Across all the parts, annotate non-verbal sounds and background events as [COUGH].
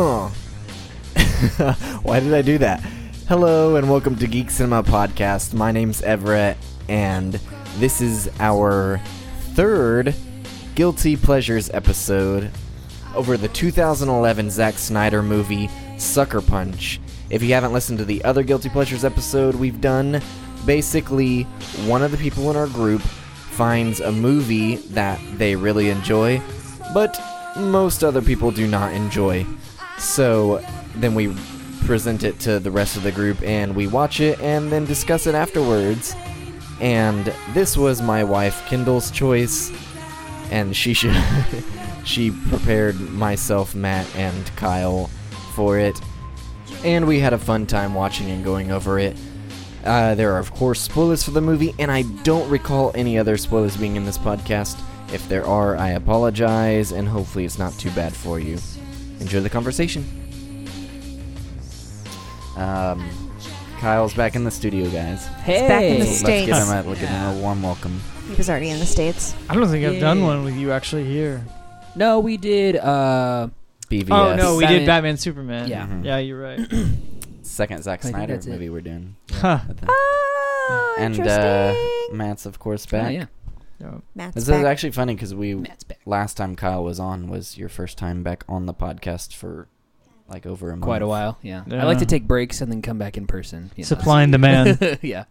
Oh. [LAUGHS] Why did I do that? Hello and welcome to Geek Cinema Podcast. My name's Everett, and this is our third Guilty Pleasures episode over the 2011 Zack Snyder movie Sucker Punch. If you haven't listened to the other Guilty Pleasures episode we've done, basically, one of the people in our group finds a movie that they really enjoy, but most other people do not enjoy. So then we present it to the rest of the group and we watch it and then discuss it afterwards. And this was my wife Kindle's choice, and she should [LAUGHS] she prepared myself, Matt, and Kyle for it. And we had a fun time watching and going over it. Uh, there are, of course, spoilers for the movie, and I don't recall any other spoilers being in this podcast. If there are, I apologize, and hopefully it's not too bad for you. Enjoy the conversation. Um, Kyle's back in the studio, guys. Hey. back in the So States. Let's give him a, give him a warm welcome. He was already in the States. I don't think I've done Yeah. one with you actually here. No, we did. Uh, BVS. Oh no, we Batman- did Batman Superman. Yeah. Mhm. yeah, [LAUGHS] you're right. second Zack I think Snyder that's it. movie we're doing. Huh. I think. Oh, and uh, Matt's of course back. oh, yeah. Matt's This back. is actually funny because we Matt's back. last time Kyle was on was your first time back on the podcast for like over a month. Quite a while. Yeah. I Yeah. like to take breaks and then come back in person. you know, Supply and demand. so- [LAUGHS] yeah.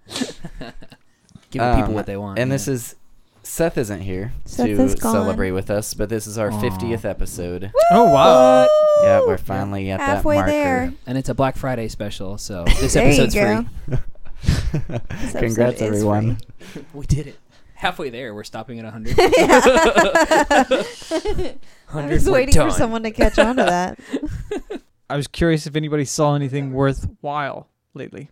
Give the Um, people what they want. And this is Seth isn't here Seth to is gone. celebrate with us, but this is our Aw. fiftieth episode. Oh, wow. Woo! Yeah, we're finally at halfway that marker. there. and it's a Black Friday special, [LAUGHS] so this There you episode's go. free. This episode Congrats is everyone. We did it. Halfway there, we're stopping at 100. [LAUGHS] free. Yeah. [LAUGHS] 100 I was we're waiting for done. someone to catch on to [LAUGHS] that. I was curious if anybody saw anything worthwhile lately.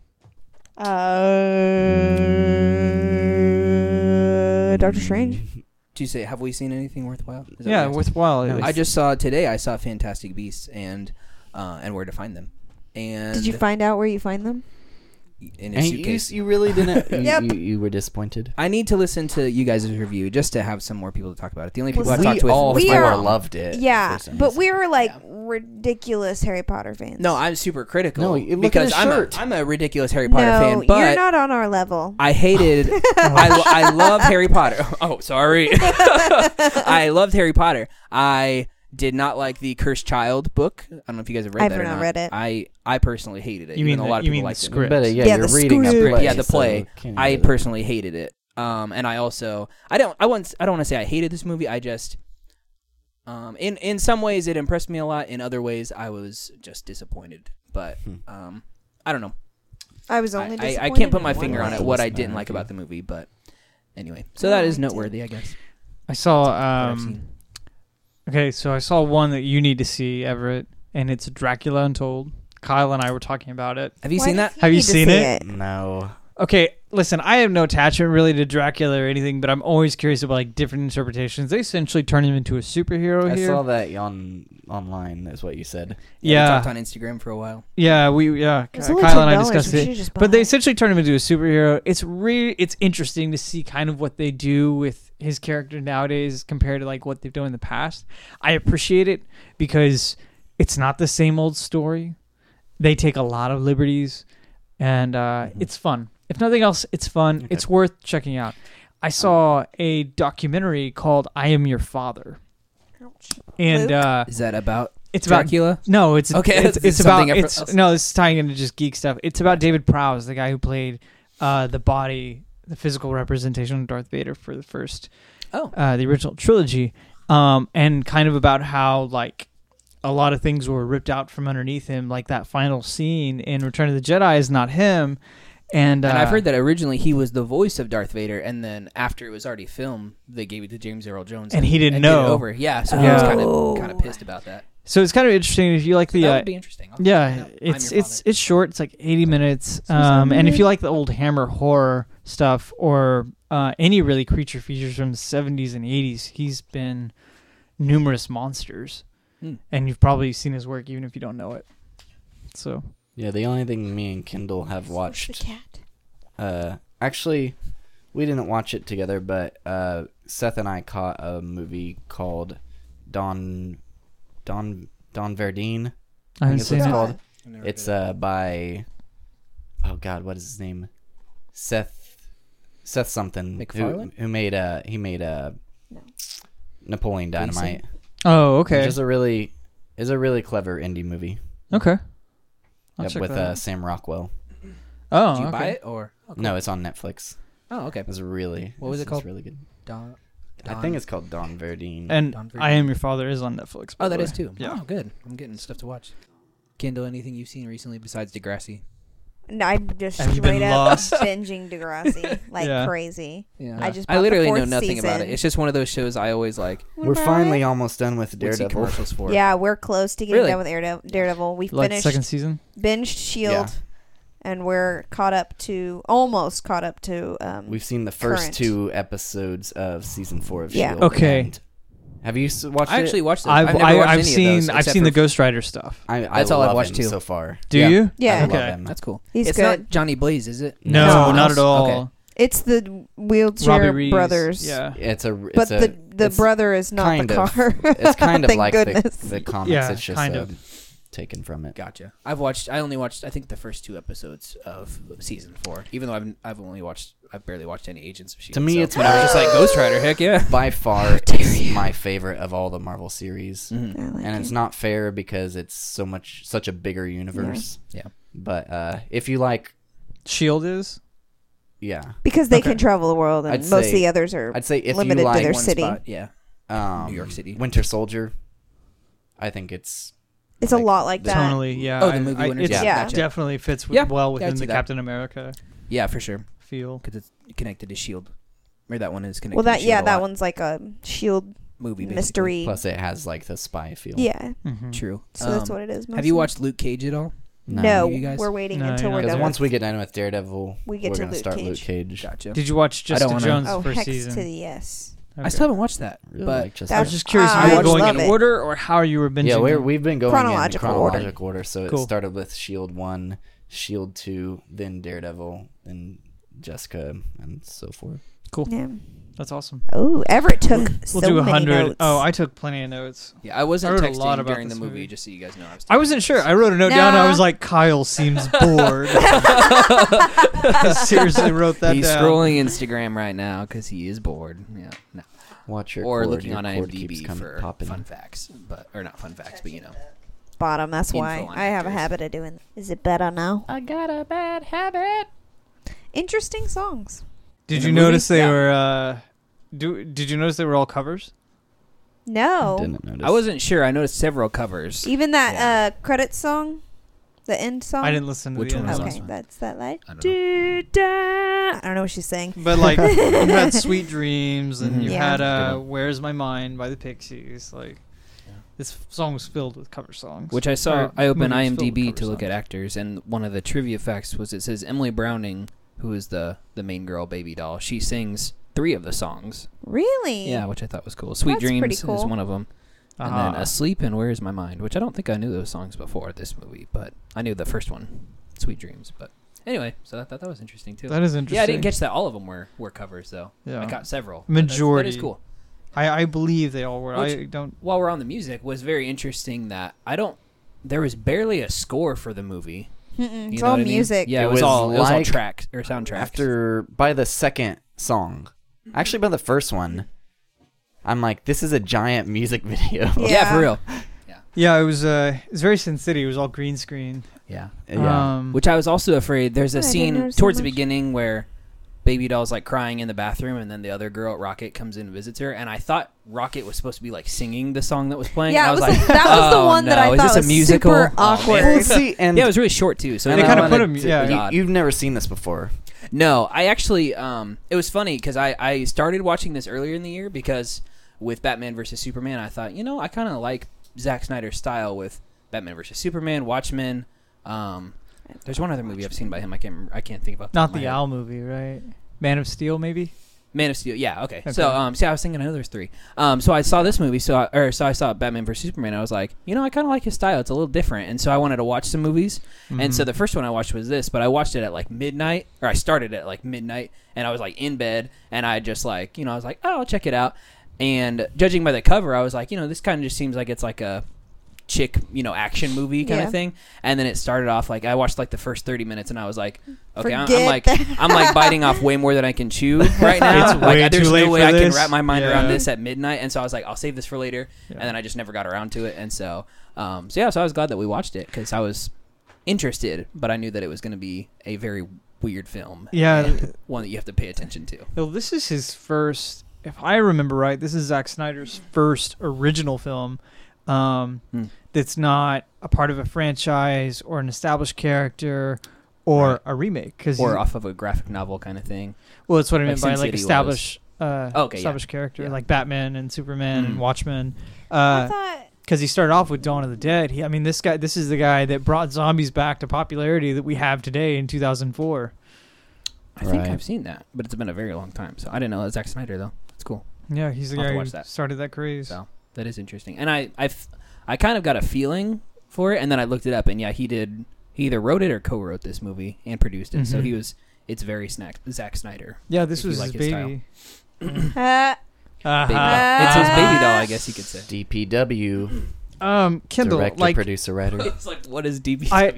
Uh, Doctor Strange. Do you say, have we seen anything worthwhile? Is that Yeah, what you asked? worthwhile. at No, least. I just saw today, I saw Fantastic Beasts and uh, and where to find them. And Did you find out where you find them? in a And you, suitcase. you really [LAUGHS] didn't. you, Yep. you, you were disappointed. I need to listen to you guys' review just to have some more people to talk about it. The only Well, people I've we talked with. all We four are- loved Uh, it. yeah, for some but reason. we were like Yeah. ridiculous Harry Potter fans. no, I'm super critical. No, you- look at because his I'm, shirt. A, I'm a ridiculous Harry Potter no, fan, but you're not on our [LAUGHS] level. [LAUGHS] I hated. I, lo- I love Harry Potter. [LAUGHS] Oh, [LAUGHS] sorry. I loved Harry Potter. I did not like the Cursed Child book. I don't know if you guys have read I've that or not not. read it. I I personally hated it. You even mean though a the- lot of you people mean the liked it. script. But uh, yeah, Yeah, you're the reading a script. play. Yeah, the so play. you can't I really- personally hated it. Um, and I also I don't I want I don't want to say I hated this movie. I just um in in some ways it impressed me a lot. In other ways I was just disappointed. But Hmm. um I don't know. I was I, only. I, I disappointed can't put in my one finger on thing. it what I It's didn't not like okay. about the movie. But anyway, so I that don't is like it. noteworthy, I guess. I saw. I've Um, seen. okay, so I saw one that you need to see, Everett, and it's Dracula Untold. Kyle and I were talking about it. Have you Why seen does that? he Have you need to seen see it? No. Okay, listen, I have no attachment really to Dracula or anything, but I'm always curious about like different interpretations. They essentially turn him into a superhero I here. saw that on online. Is what you said. we Yeah, talked on Instagram for a while. yeah, we yeah. It's Kyle only and $10. I discussed We it. should've just bought But they it. essentially turn him into a superhero. It's re it's interesting to see kind of what they do with his character nowadays compared to like what they've done in the past. I appreciate it because it's not the same old story. They take a lot of liberties and uh, it's fun. If nothing else, it's fun. Okay. It's worth checking out. I saw a documentary called I Am Your Father. And Luke? uh, Is that about it's about Dracula? no, it's Okay, It's, it's it's about something it's else. no. This is tying into just geek stuff. It's about David Prowse, the guy who played uh, the body, the physical representation of Darth Vader for the first, Oh. uh, the original trilogy, um, and kind of about how like a lot of things were ripped out from underneath him. Like that final scene in Return of the Jedi is not him, and, uh, and I've heard that originally he was the voice of Darth Vader, and then after it was already filmed, they gave it to James Earl Jones, And he didn't did it know. over, yeah. So he was Yeah. kind of Oh. kind of pissed about that. So it's kind of interesting if you like So the that uh, would be interesting. I'll check it Yeah, out. I'm it's your it's it's short. It's like eighty minutes. Um, and if you like the old Hammer horror stuff or uh, any really creature features from the seventies and eighties, he's been numerous monsters, Hmm. and you've probably seen his work even if you don't know it. So Yeah, the only thing me and Kendall have Where's the watched. cat? Uh, actually, we didn't watch it together, but uh, Seth and I caught a movie called Don Don Don Verdine. I haven't think it's what seen it's it. called. Never It's did. uh by oh god, what is his name? Seth Seth something who- MacFarlane? who, made uh he made uh No. Napoleon Dynamite, Oh, which okay. is a really is a really clever indie movie okay. I'll Yep, check with that uh, out. Sam Rockwell. Oh, Did you okay. buy it or No, it's on Netflix. oh okay. It's really What was it it's- it's called? Really good. Don, I think it's called Don Verdine. And Don Verdi. I Am Your Father is on Netflix. oh by the that way. is too. Yeah. Oh good. I'm getting stuff to watch. Kendall, anything you've seen recently besides Degrassi? No, I'm just Have you been straight up lost? binging Degrassi like Yeah. crazy. Yeah. I just bought I the literally know fourth nothing about it. season. It's just one of those shows I always like We're finally almost done with would see Daredevil. commercials for. Yeah, we're close to getting Really? done with Darede- Daredevil. We Like finished second season. binged Shield, Yeah. E and we're caught up to almost caught up to. Um, We've seen the first Current. two episodes of season four of Yeah. Shield. Okay. and- Have you s- watched I it? actually watched those. I've, I've, I've, never watched I've any of seen those, I've except seen the for- Ghost Rider stuff. I, I That's all I've love watched, him too. so far. Do Yeah. you? I yeah, love Okay. him. That's cool. he's it's good. not Johnny Blaze, is it? No. No, Someone not else? at all. it's the Robbie wheelchair Reeves. brothers. Yeah. It's a r- but it's a, the the it's brother is not kind the of- car. [LAUGHS] it's kind of Thank like the, goodness. the comics. Yeah, it's just kind uh, of. taken from it. Gotcha. I've watched. I only watched. I think the first two episodes of season four. Even though I've I've only watched. I've barely watched any Agents of Shield. To me, so- it's But I was more- just like Ghost Rider. Heck [LAUGHS] yeah. By far, it's my favorite of all the Marvel series, Mm-hmm. I like and it's it. not fair because it's so much such a bigger universe. Yeah. Yeah. But uh, if you like, Shield is. yeah, because they Okay. can travel the world, and I'd most of say- the others are. I'd say if Limited you to like their One city. spot, Yeah. um, New York City. Winter Soldier, I think it's it's a like, lot like that. Totally, yeah. Oh, the movie Winter it's- Soldier. Yeah. it definitely fits w- Yeah, well yeah, I within see the that. Captain America Yeah, for sure. feel. Because it's connected to Shield. E Or that one is connected. Well, to that Shield yeah, a that lot. one's like a shield movie basically. mystery. plus it has like the spy feel. Yeah, Mm-hmm. True. so that's Um, what it is. Have you mostly. watched Luke Cage at all? No, you guys? we're waiting No, until you're we're not. Because done. once with- we get done with Daredevil, We get we're to gonna Luke start Cage. Luke Cage. Gotcha. Did you watch Jessica wanna- Jones oh, first hex season? to the yes. I still haven't watched that. Really but like just I That's- was just curious I if you were would going in love it. order or how you were binging. yeah, we're, them. we've been going Chronological in order. chronological order. so Cool. it started with Shield E One, Shield E Two, then Daredevil, then Jessica, and so forth. Yeah. That's awesome. Oh, Everett took so We'll do a many hundred. notes. Oh, I took plenty of notes. yeah, I wasn't I wrote a texting lot about during the this movie, movie. Just so you guys know, I was. I wasn't sure. I wrote a note down. I was like, [LAUGHS] Kyle seems bored. I seriously wrote that He's down. scrolling Instagram right now because he is bored. Yeah. No. Watch your or cord. looking your on cord keeps IMDb coming- for popping. fun facts, but or not fun facts, but you know. bottom. That's Info why on I have a actors. habit of doing. That. Is it better now? I got a bad habit. Interesting songs. Did In you the movie? notice they Yeah. were? Uh, do Did you notice they were all covers? No, Didn't notice. I wasn't sure. I noticed several covers. even that Yeah. uh credit song, the end song. I didn't listen to Which the one end was song. on? Okay, song. that's that like. I don't know. do, da. I don't know what she's saying. [LAUGHS] But like you had "Sweet Dreams" and Mhm. you Yeah. had Good uh, "Where's My Mind" by the Pixies. Like this song was filled with cover songs. Which I saw. Or I opened movies filled with IMDb cover to look at songs. actors, and one of the trivia facts was it says Emily Browning, who is the the main girl, Baby Doll. She sings three of the songs. Really? Yeah, which I thought was cool. Sweet That's pretty Dreams is cool. one of them, Ah. and then Asleep and Where Is My Mind, which I don't think I knew those songs before this movie, but I knew the first one, Sweet Dreams. But anyway, so I thought that was interesting too. That is interesting. Yeah, I didn't catch that. All of them were were covers though. Yeah. I got several. but that's- That is Majority. cool. I, I believe they all were. I Which- don't. While we're on the music, was very interesting that I don't. There was barely a score for the movie. Mm-mm, You it's know all what I mean? music. Yeah, it, It was, was all it was all like- tracks or soundtracks. After by the second song, Mm-hmm. actually by the first one, I'm like, this is a giant [LAUGHS] music video. yeah. Yeah. for real. Yeah, it was. Uh, it was very Sin City. It was all green screen. Yeah. yeah. Um, Which I was also afraid. There's a I didn't scene notice that towards the much. beginning where Baby Doll's like crying in the bathroom, and then the other girl, Rocket, comes in and visits her. And I thought Rocket was supposed to be like singing the song that was playing. Yeah, and I it was was like, like- that was the oh, one that I no, is thought this was a musical? super Oh, man. Well, awkward. see, and yeah, it was really short too. So and They I kinda wanted put a mu- to- yeah. you- God. You've never seen this before. No, I actually um it was funny cuz I I started watching this earlier in the year because with Batman versus Superman I thought, you know, I kind of like Zack Snyder's style with Batman versus Superman, Watchmen, um there's one other movie I've seen by him. I can't. Remember, I can't think about. not that in the my head. Owl movie, right? Man of Steel, maybe. Man of Steel. Yeah. Okay. Okay. So, um, see, I was thinking I know there's three. Um, so I saw this movie. So, I, or so I saw Batman vs Superman. I was like, you know, I kind of like his style. It's a little different. And so I wanted to watch some movies. And Mm-hmm. so the first one I watched was this, but I watched it at like midnight, or I started at like midnight, and I was like in bed, and I just like, you know, I was like, oh, I'll check it out. And judging by the cover, I was like, you know, this kind of just seems like it's like a chick, you know, action movie kind Yeah. of thing. And then it started off like I watched like the first 30 minutes and I was like, okay, I'm, I'm Forget like that. I'm like biting off way more than I can [LAUGHS] chew right now. like It's way I- there's too late no way for I can this. wrap my mind around Yeah. this at midnight. And so I was like, I'll save this for later. Yeah. And then I just never got around to it. And so um so yeah, so I was glad that we watched it cuz I was interested, but I knew that it was going to be a very weird film. Yeah. and one that you have to pay attention to. Well, this is his first, if I remember right, this is Zack Snyder's first original film um, Hmm. that's not a part of a franchise or an established character or a remake. Cause or he- off of a graphic novel kind of thing. well, that's what I like meant by Sin like City established, uh, Okay, yeah. established character, Yeah. like Batman and Superman and Mhm. Watchmen. I Uh, thought because he started off with Dawn of the Dead. He, I mean, this guy, this is the guy that brought zombies back to popularity that we have today in 2004. I think Right. I've seen that, but it's been a very long time, so I didn't know that Zack Snyder though. It's cool. Yeah, he's the I'll have to guy who watch that. started that craze. So that is interesting. And I, I, f- I kind of got a feeling for it, and then I looked it up, and yeah, he did. He either wrote it or co-wrote this movie and produced it. So Mhm. he was. It's very snack, Zack Snyder. Yeah, this If you was like his his style. baby. uh, Uh-huh. Baby doll. It's his baby doll, I guess you [LAUGHS] could say. DPW, Um, Kendall, director, like, producer, writer. It's like what is DB? I-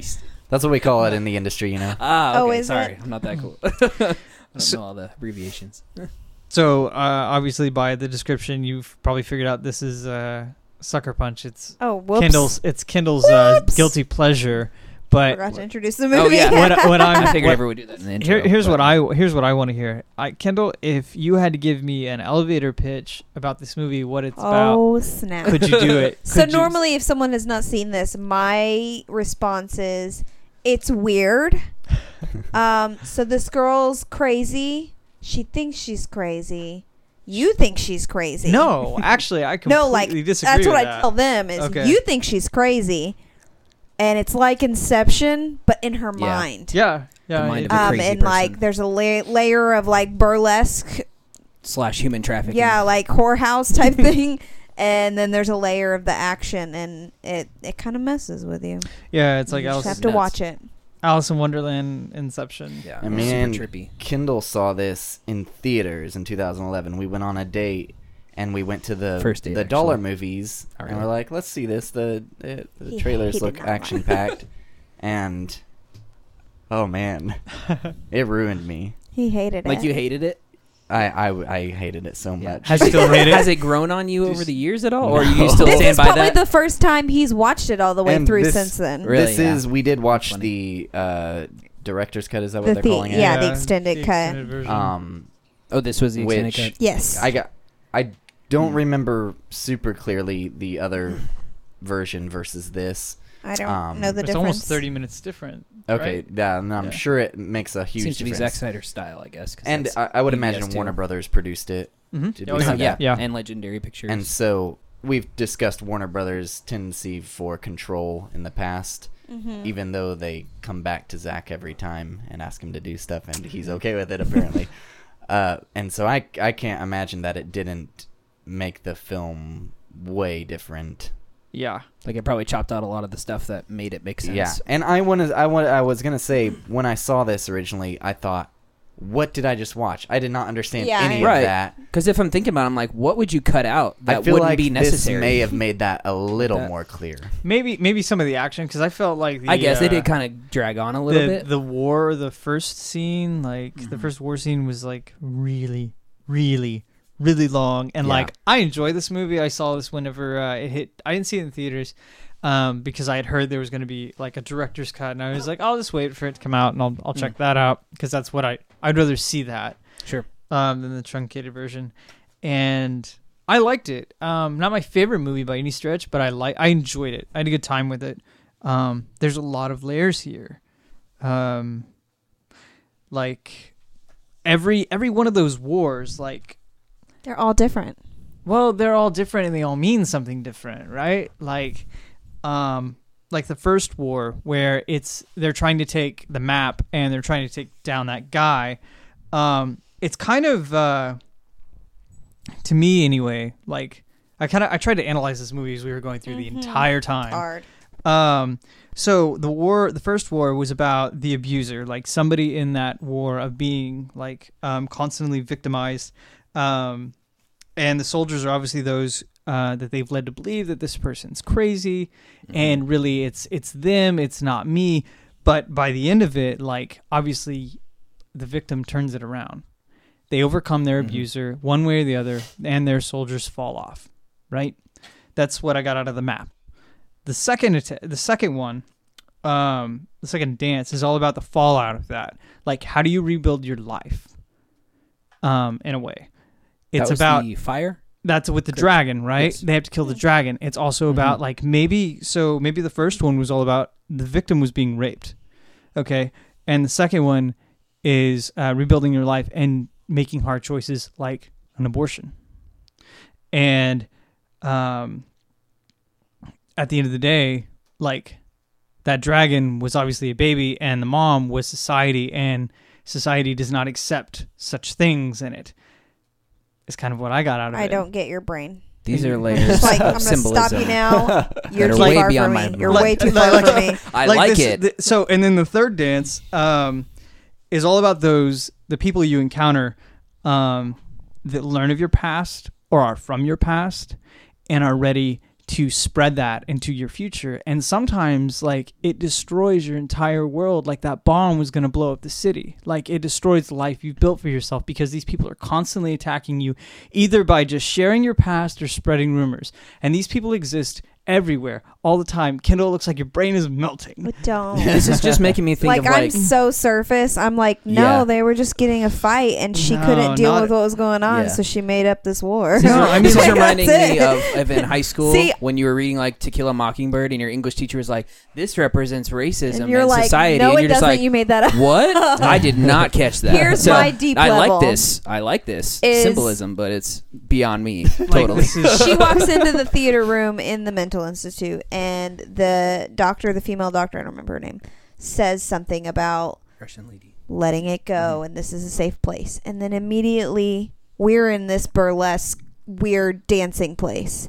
That's what we call it in the industry, you know. ah, Oh, okay. is it? sorry, I'm not that cool. [LAUGHS] I don't So- know all the abbreviations. so uh, obviously by the description, you've probably figured out this is uh, Sucker Punch. It's oh, whoops. Kendall's. It's Kendall's uh, Whoops. guilty pleasure. But forgot to introduce the movie. Oh, yeah. [LAUGHS] [LAUGHS] what, I- what I'm I figured what- everyone would do that in the intro. Here, here's what but- I here's what I want to hear. I, Kendall, if you had to give me an elevator pitch about this movie, what it's about, oh snap! could you [LAUGHS] do it? so Could you- normally, if someone has not seen this, my response is, "It's [LAUGHS] weird." um, so this girl's crazy. She thinks she's crazy. You think she's crazy. [LAUGHS] no, actually, I completely no, like disagree. that's what with I that. tell them is, Okay. "You think she's crazy," and it's like Inception, but in her Yeah. mind. Yeah, yeah, The mind it- of a Um, crazy and like person. there's a la- layer of like burlesque slash human trafficking. yeah, like [LAUGHS] whorehouse type thing. And then there's a layer of the action, and it it kind of messes with you. yeah. It's like you just Alice, have is to nuts. watch it. Alice in Wonderland, Inception. yeah. I mean- super trippy. Kendall saw this in theaters in 2011. We went on a date and we went to the First date, the actually. dollar movies, Oh, and really? we're like, let's see this. The the, the He- he trailers did look not like action packed, and oh man, it ruined me. He hated it. Like you hated it. I I, I hated it so Yeah. much. I still [LAUGHS] hate Has it. it grown on you over Just- the years at all, or are you No. still this stand is by probably that? the first time he's watched it all the way And through this- since then. Really, this yeah. is we did watch Funny. the uh, director's cut. Is that what The they're thea- calling it? yeah, the extended cut. extended version. Um, Oh, this was the extended Which- cut. Yes. I got. I don't Mm. Hmm. remember super clearly [LAUGHS] the other version versus this. I don't um, know the it's difference. almost thirty minutes different. Okay, right? yeah, and I'm Yeah. sure it makes a huge Seems to be Zack difference. Snyder's style, I guess. 'cause and that's- I, I would PBS imagine too. Warner Brothers produced it, Did Mm-hmm. we yeah, say yeah, that? yeah. and Legendary Pictures. and so we've discussed Warner Brothers' tendency for control in the past. Mhm. Even though they come back to Zach every time and ask him to do [LAUGHS] stuff, and he's okay with it apparently. uh, and so I I can't imagine that it didn't make the film way different. Yeah. like it probably chopped out a lot of the stuff that made it make sense. Yeah, and I want I want I was gonna say when I saw this originally, I thought, what did I just watch? I did not understand Yeah, I any know. Right. of that. Because if I'm thinking about, it, I'm like, what would you cut out that I feel wouldn't like be this necessary? may have made that a little That- more clear. Maybe maybe some of the action because I felt like the, I guess uh, they did kind of drag on a the, little bit. the war the first scene like the Mhm. first war scene was like really really really long and Yeah. like I enjoy this movie I saw this whenever uh, it hit I didn't see it in theaters um, because I had heard there was going to be like a director's cut and I was like I'll just wait for it to come out and I'll I'll check Mm. that out because that's what I I'd rather see that Sure. um, than the truncated version and I liked it um, not my favorite movie by any stretch but I like I enjoyed it I had a good time with it um, there's a lot of layers here um, like every every one of those wars like They're all different. well they're all different and they all mean something different right like um like the first war where it's they're trying to take the map and they're trying to take down that guy um it's kind of uh to me anyway like i kind of i tried to analyze this movie as we were going through the entire time Hard. um, so the war, the first war was about the abuser, like somebody in that war of being like um, constantly victimized, um, and the soldiers are obviously those uh, that they've led to believe that this person's crazy, Mm-hmm. and really it's it's them, it's not me. But by the end of it, like obviously, the victim turns it around. They overcome their Mm-hmm. Mhm. abuser one way or the other, and their soldiers fall off. Right, that's what I got out of the map. The second atta- the second one, um, the second dance is all about the fallout of that. Like, how do you rebuild your life? Um, in a way, That it's was about the [LAUGHS] fire. that's with the Correct. dragon, right? Yes. They have to kill the dragon. It's also about Mhm. like maybe so maybe the first one was all about the victim was being raped. Okay. And the second one is uh, rebuilding your life and making hard choices like an abortion. And um at the end of the day, like that dragon was obviously a baby and the mom was society and society does not accept such things in it. Is kind of what I got out of it. I don't get your brain. These are It's layers like I'm of gonna stop symbolism. you now. You're [LAUGHS] That too are way far beyond from my- me. You're Like- way too far like- from me. I like, this- it. th- so, and then the third dance um, is all about those the people you encounter um, that learn of your past or are from your past and are ready to spread that into your future. And sometimes, like it destroys your entire world. Like that bomb was going to blow up the city. Like it destroys the life you've built for yourself because these people are constantly attacking you, either by just sharing your past or spreading rumors. And these people exist. Everywhere, all the time. Kendall it looks like your brain is melting. But [LAUGHS] don't. this is just [LAUGHS] making me think like, of like I'm so surface. I'm like, no, Yeah. they were just getting a fight, and she No, couldn't deal not- with what was going on, Yeah. so she made up this war. [LAUGHS] This is, No, I mean, this is like, reminding that's me it. of, of in high school See- when you were reading like To Kill a Mockingbird and your English teacher was like, "This represents racism and you're in like, society," no, and it you're just doesn't. like, [LAUGHS] you made that up. [LAUGHS] "What? I did not catch that." Here's So, my deep I level. like this. I like this Is- symbolism, but it's beyond me Like, totally. this is- [LAUGHS] [LAUGHS] she walks into the theater room in the mental institute, and the doctor, the female doctor, I don't remember her name, says something about [LAUGHS] Russian lady. letting it go, and this is a safe place. And then immediately we're in this burlesque, weird dancing place.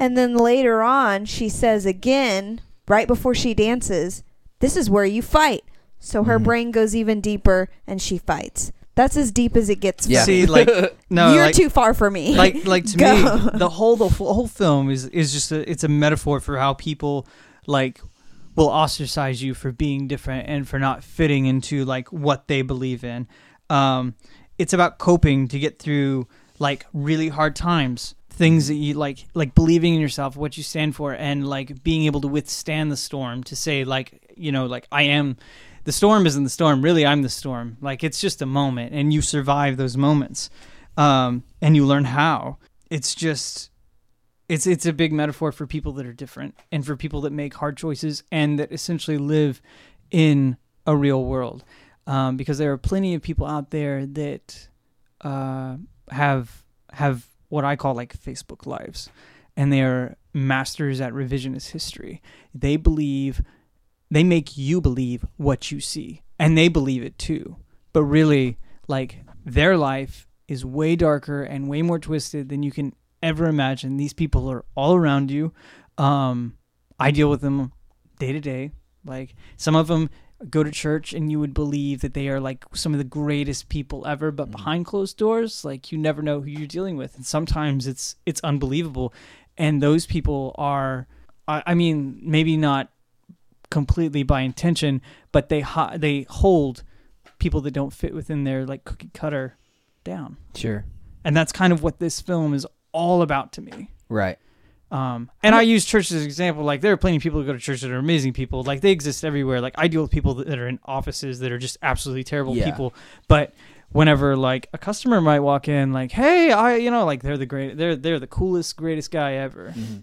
And then later on, she says again, right before she dances, this is where you fight. So her Mhm. brain goes even deeper, and she fights. That's as deep as it gets. for Yeah. me. See, like [LAUGHS] no, you're like, too far for [LAUGHS] me. like like to Go. me, the whole the whole whole film is is just a, it's a metaphor for how people like will ostracize you for being different and for not fitting into like what they believe in. Um, it's about coping to get through like really hard times, things that you like, like believing in yourself, what you stand for, and like being able to withstand the storm. To say like you know like I am. The storm isn't the storm. Really, I'm the storm. Like it's just a moment, and you survive those moments, um, and you learn how. It's just it's it's a big metaphor for people that are different and for people that make hard choices and that essentially live in a real world um, because there are plenty of people out there that uh, have have what I call like Facebook lives and they are masters at revisionist history they believe they make you believe what you see and they believe it too but really like their life is way darker and way more twisted than you can ever imagine. These people are all around you. Um, I deal with them day to day. Like some of them go to church and you would believe that they are like some of the greatest people ever, but Mhm. behind closed doors, like you never know who you're dealing with, and sometimes it's it's unbelievable. And those people are, I, I mean, maybe not completely by intention, but they hi- they hold people that don't fit within their like cookie cutter down Sure. and that's kind of what this film is all about to me. Right. Um, and I use church as an example. Like there are plenty of people who go to church that are amazing people. Like they exist everywhere. Like I deal with people that are in offices that are just absolutely terrible Yeah. people. But whenever like a customer might walk in, like, hey, I, you know, like they're the great, they're they're the coolest, greatest guy ever. Mm-hmm.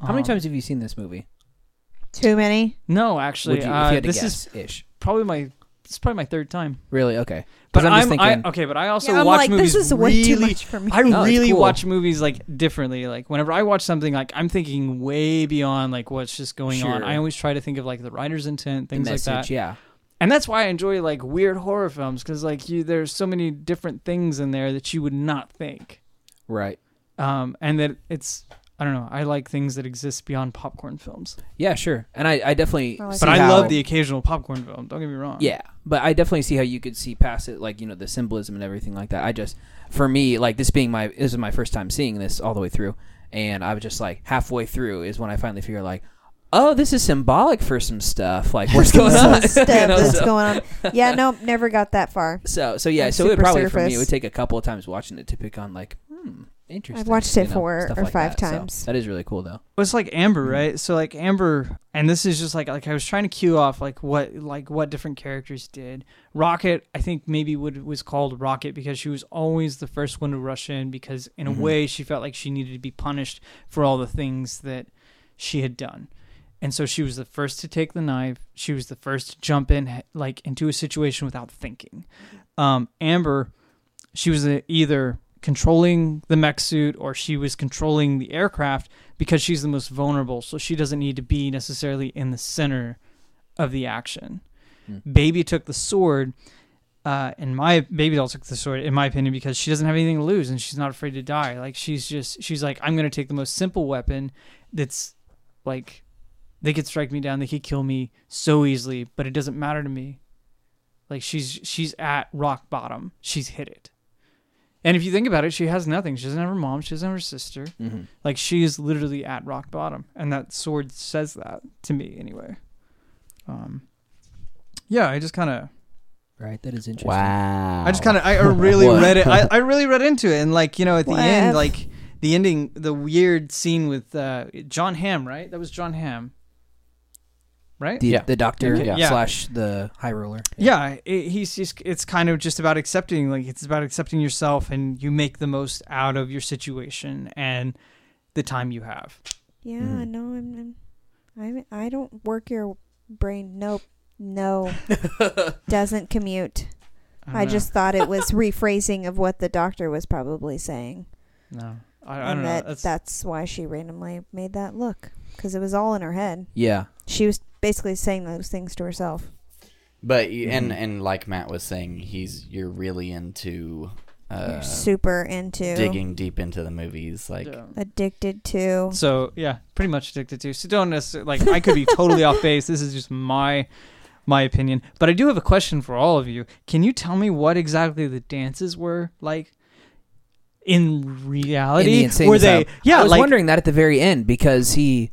How many Um, times have you seen this movie? [LAUGHS] Too many. No, actually, Would you, uh, if you had to this is guess, ish. probably my this is probably my third time. Really? Okay. 'Cause But I'm, I'm just I- oh, thinking- okay, but I also yeah, I'm watch like, movies this is way too really much for me. I No, it's really cool. watch movies like differently. Like whenever I watch something, like I'm thinking way beyond like what's just going on. Sure. I always try to think of like the writer's intent, The things like message. that. Yeah. And that's why I enjoy like weird horror films because like you, there's so many different things in there that you would not think, Right. um, and that it's I don't know. I like things that exist beyond popcorn films. Yeah, sure. And I, I definitely Oh, I like see But I how- love the occasional popcorn film. Don't get me wrong. Yeah, but I definitely see how you could see past it, like you know the symbolism and everything like that. I just, for me, like this being my this is my first time seeing this all the way through, and I was just like halfway through is when I finally figure like, oh, this is symbolic for some stuff. Like [LAUGHS] what's going [LAUGHS] Some on? [LAUGHS] You [LAUGHS] stuff know, that's so, going on. Yeah, no, never got that far. so so yeah, I'm so it would super probably for me surface. it would take a couple of times watching it to pick on like, hmm, interesting. watched it you know, four stuff or like five that. So times. that is really cool though. Well, it's like Amber, right? So like Amber, and this is just like like I was trying to cue off like what like what different characters did. Rocket, I think maybe would was called Rocket because she was always the first one to rush in because in Mhm. a way she felt like she needed to be punished for all the things that she had done. And so she was the first to take the knife. She was the first to jump in like into a situation without thinking. Um, Amber, she was uh, either controlling the mech suit or she was controlling the aircraft because she's the most vulnerable, so she doesn't need to be necessarily in the center of the action. Mm. Baby took the sword, uh, and my baby doll took the sword, in my opinion, because she doesn't have anything to lose and she's not afraid to die. Like she's just she's like, I'm gonna take the most simple weapon that's like they could strike me down, they could kill me so easily, but it doesn't matter to me. Like she's she's at rock bottom. She's hit it. And if you think about it, she has nothing. She doesn't have her mom, she doesn't have her sister. Mm-hmm. Like she is literally at rock bottom, and that sword says that to me anyway. Um, yeah, I just kind of, Right, that is interesting. Wow. I just kind of, I really What? read it. I, I really read into it, and like you know, at the What if? end, like the ending, the weird scene with uh, John Hamm, right? That was John Hamm, right? The, Yeah. the doctor Okay, yeah. slash the high roller. yeah, it, he's just. It's kind of just about accepting. Like it's about accepting yourself, and you make the most out of your situation and the time you have. Yeah, Mm. Mhm. no, I'm, I'm, I'm, I don't work your brain. Nope, [LAUGHS] no, doesn't commute. don't I know. just thought it [LAUGHS] was rephrasing of what the doctor was probably saying, no. I, I don't and know. that That's- that's why she randomly made that look because it was all in her head. Yeah. She was basically saying those things to herself. But y and Mhm. and like Matt was saying, he's you're really into uh, You're super into digging deep into the movies. Like Yeah. addicted to. So yeah, pretty much addicted to. So don't necessarily like I could be totally off base. This is just my my opinion. But I do have a question for all of you. Can you tell me what exactly the dances were like in reality? In the insane were they asylum. yeah, I was like wondering that at the very end because he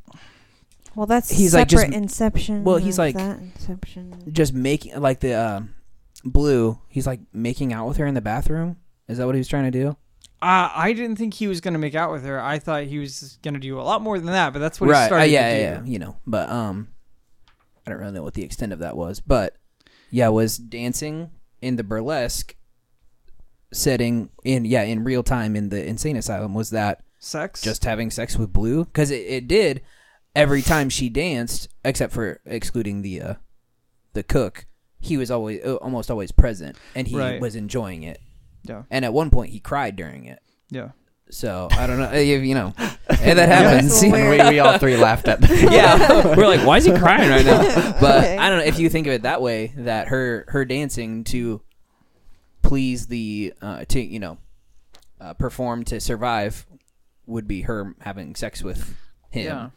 Well, that's He's like separate just- inception. well, he's of like- that inception. just making like the um, blue. He's like making out with her in the bathroom. Is that what he was trying to do? uh, I didn't think he was gonna make out with her. I thought he was gonna do a lot more than that, but that's what he right. Uh, started yeah, to yeah, yeah. do. You know, but um, I don't really know what the extent of that was, but yeah, was dancing in the burlesque setting in yeah in real time in the insane asylum. Was that Sex? just having sex with blue? Because it, it did every time she danced, except for excluding the uh, the cook. He was always uh, almost always present, and he Right. was enjoying it. Yeah. And at one point, he cried during it. Yeah. So I don't know. [LAUGHS] uh, You you know, hey, that [LAUGHS] Yeah. happens. That's [LAUGHS] and we, we all three [LAUGHS] laughed at. That. yeah, we're like, why is he crying right now? But Okay. I don't know if you think of it that way. That her her dancing to please the uh, to you know uh, perform to survive would be her having sex with him. Yeah.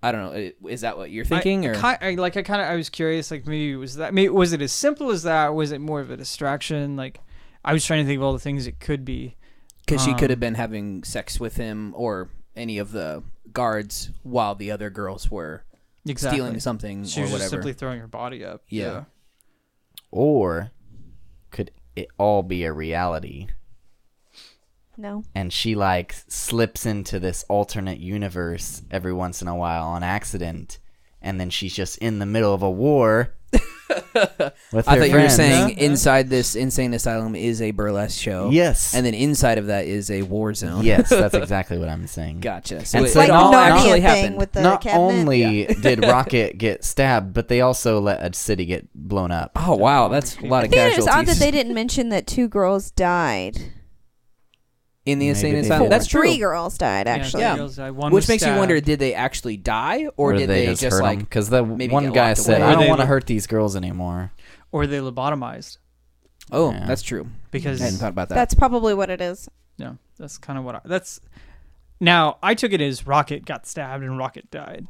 I don't know. i- Is that what you're I- thinking? I, or ki- I, like I kind of I was curious like maybe was that maybe was it as simple as that was it more of a distraction like I was trying to think of all the things it could be because she could have um, been having sex with him or any of the guards while the other girls were exactly stealing something she or was whatever. just simply throwing her body up Yeah. Or could it all be a reality? No, And she like slips into this alternate universe every once in a while on accident, and then she's just in the middle of a war. with [LAUGHS] I her thought you were friends. saying inside this insane asylum is a burlesque show. Yes. And then inside of that is a war zone. [LAUGHS] yes, that's exactly what I'm saying. Gotcha. So And it, so it Like all the actually Narnia thing happened. with the Not cabinet. only [LAUGHS] did Rocket get stabbed, but they also let a city get blown up. oh wow, that's a lot of I think it was odd that casualties they didn't mention that two girls died. in the Maybe insane they asylum. did. That's Three true. girls died actually. Yeah. uh, Which makes you wonder: Did they actually die, or, did they, just, like? because the maybe one get guy locked said, away? "I Or don't they want to lo- hurt these girls anymore." or they lobotomized Oh, Yeah. that's true. I because hadn't thought about that. That's probably what it is. no that's kind of what I, that's Now I took it as Rocket got stabbed and Rocket died.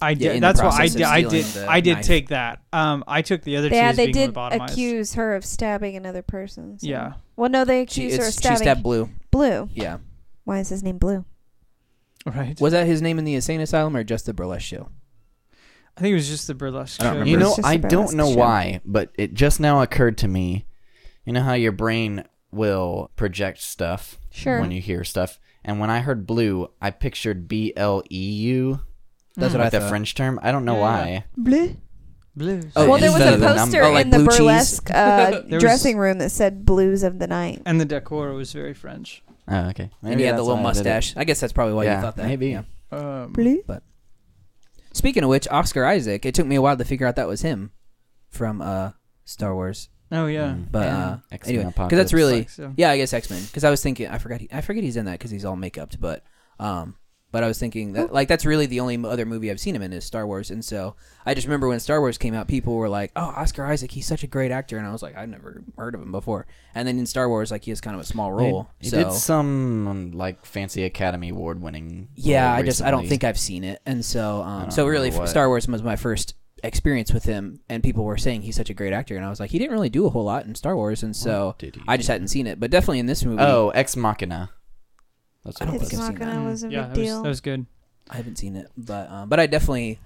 I in did. the that's what I process of did. I stealing did. the I did knife. take that. Um, I took the other two Yeah, as they being did lobotomized. accuse her of stabbing another person. so- Yeah, Well, no, they She, accused her of it's, she stabbing stabbed Blue. Blue. Yeah. Why is his name Blue? right. Was that his name in the insane asylum or just the burlesque show? I think it was just the burlesque. I don't show. remember. You know, It's just I a don't burlesque know show. why, but it just now occurred to me. You know how your brain will project stuff Sure. when you hear stuff, and when I heard blue, I pictured B L E U, Hmm. That's what I like the thought. French term. I don't know Yeah. why. Blue. Blues. Oh, well, there was instead a of the number- poster Oh, like in the blue cheese? burlesque [LAUGHS] uh, There was- dressing room that said "Blues of the Night." And the decor was very French. Oh, okay. Maybe and he had the that's little why I did it. mustache. I guess that's probably why yeah, you thought that. maybe. Yeah. Um, Blue. Speaking of which, Oscar Isaac. It took me a while to figure out that was him from uh, Star Wars. Oh yeah. Mm. But Yeah. uh, X-Men anyway, because Apocalypse. that's really Sucks, yeah. yeah. I guess X Men. Because I was thinking, I forgot. He, I forget he's in that because he's all makeup. But um, but I was thinking that like that's really the only m- other movie I've seen him in is Star Wars. And so I just remember when Star Wars came out, people were like, "Oh, Oscar Isaac, he's such a great actor," and I was like, "I've never heard of him before." And then in Star Wars, like he has kind of a small He- role. He so did some um, like fancy Academy Award winning. Yeah, I just I don't think I've seen it, and so um, don't so really, remember what. Star Wars was my first experience with him, and people were saying he's such a great actor, and I was like, he didn't really do a whole lot in Star Wars, and so did he I just hadn't seen it, but definitely in this movie, Oh, Ex Machina. That's I what don't it think It's was. I've seen not that. gonna was a Mm. yeah, big that was, deal. that was good. I haven't seen it, but um, but I definitely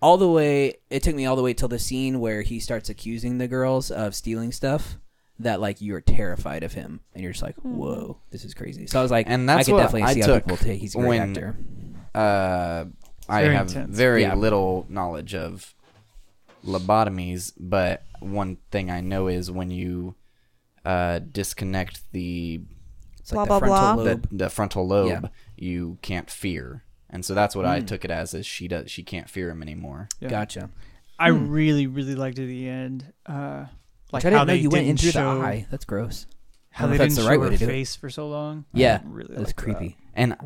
all the way. It took me all the way till the scene where he starts accusing the girls of stealing stuff. That like you're terrified of him, and you're just like, Mm-hmm. whoa, this is crazy. So I was like, And I that's could what definitely I see how took people take. He's a great when- actor. uh, I Very have intense. very Yeah. little knowledge of lobotomies, but one thing I know is when you uh, disconnect the It's Blah, like blah, the frontal blah. the, lobe. the frontal lobe, you can't fear, and so that's what I Hmm. took it as is she does she can't fear him anymore. Yeah. Gotcha. I really, really liked at the end. Uh, like Hmm. Which I didn't how know they you went in didn't through show, the eye. That's gross. How I don't they know if that's didn't the show right way her to do it. face for so long. Yeah, I really that was liked creepy. And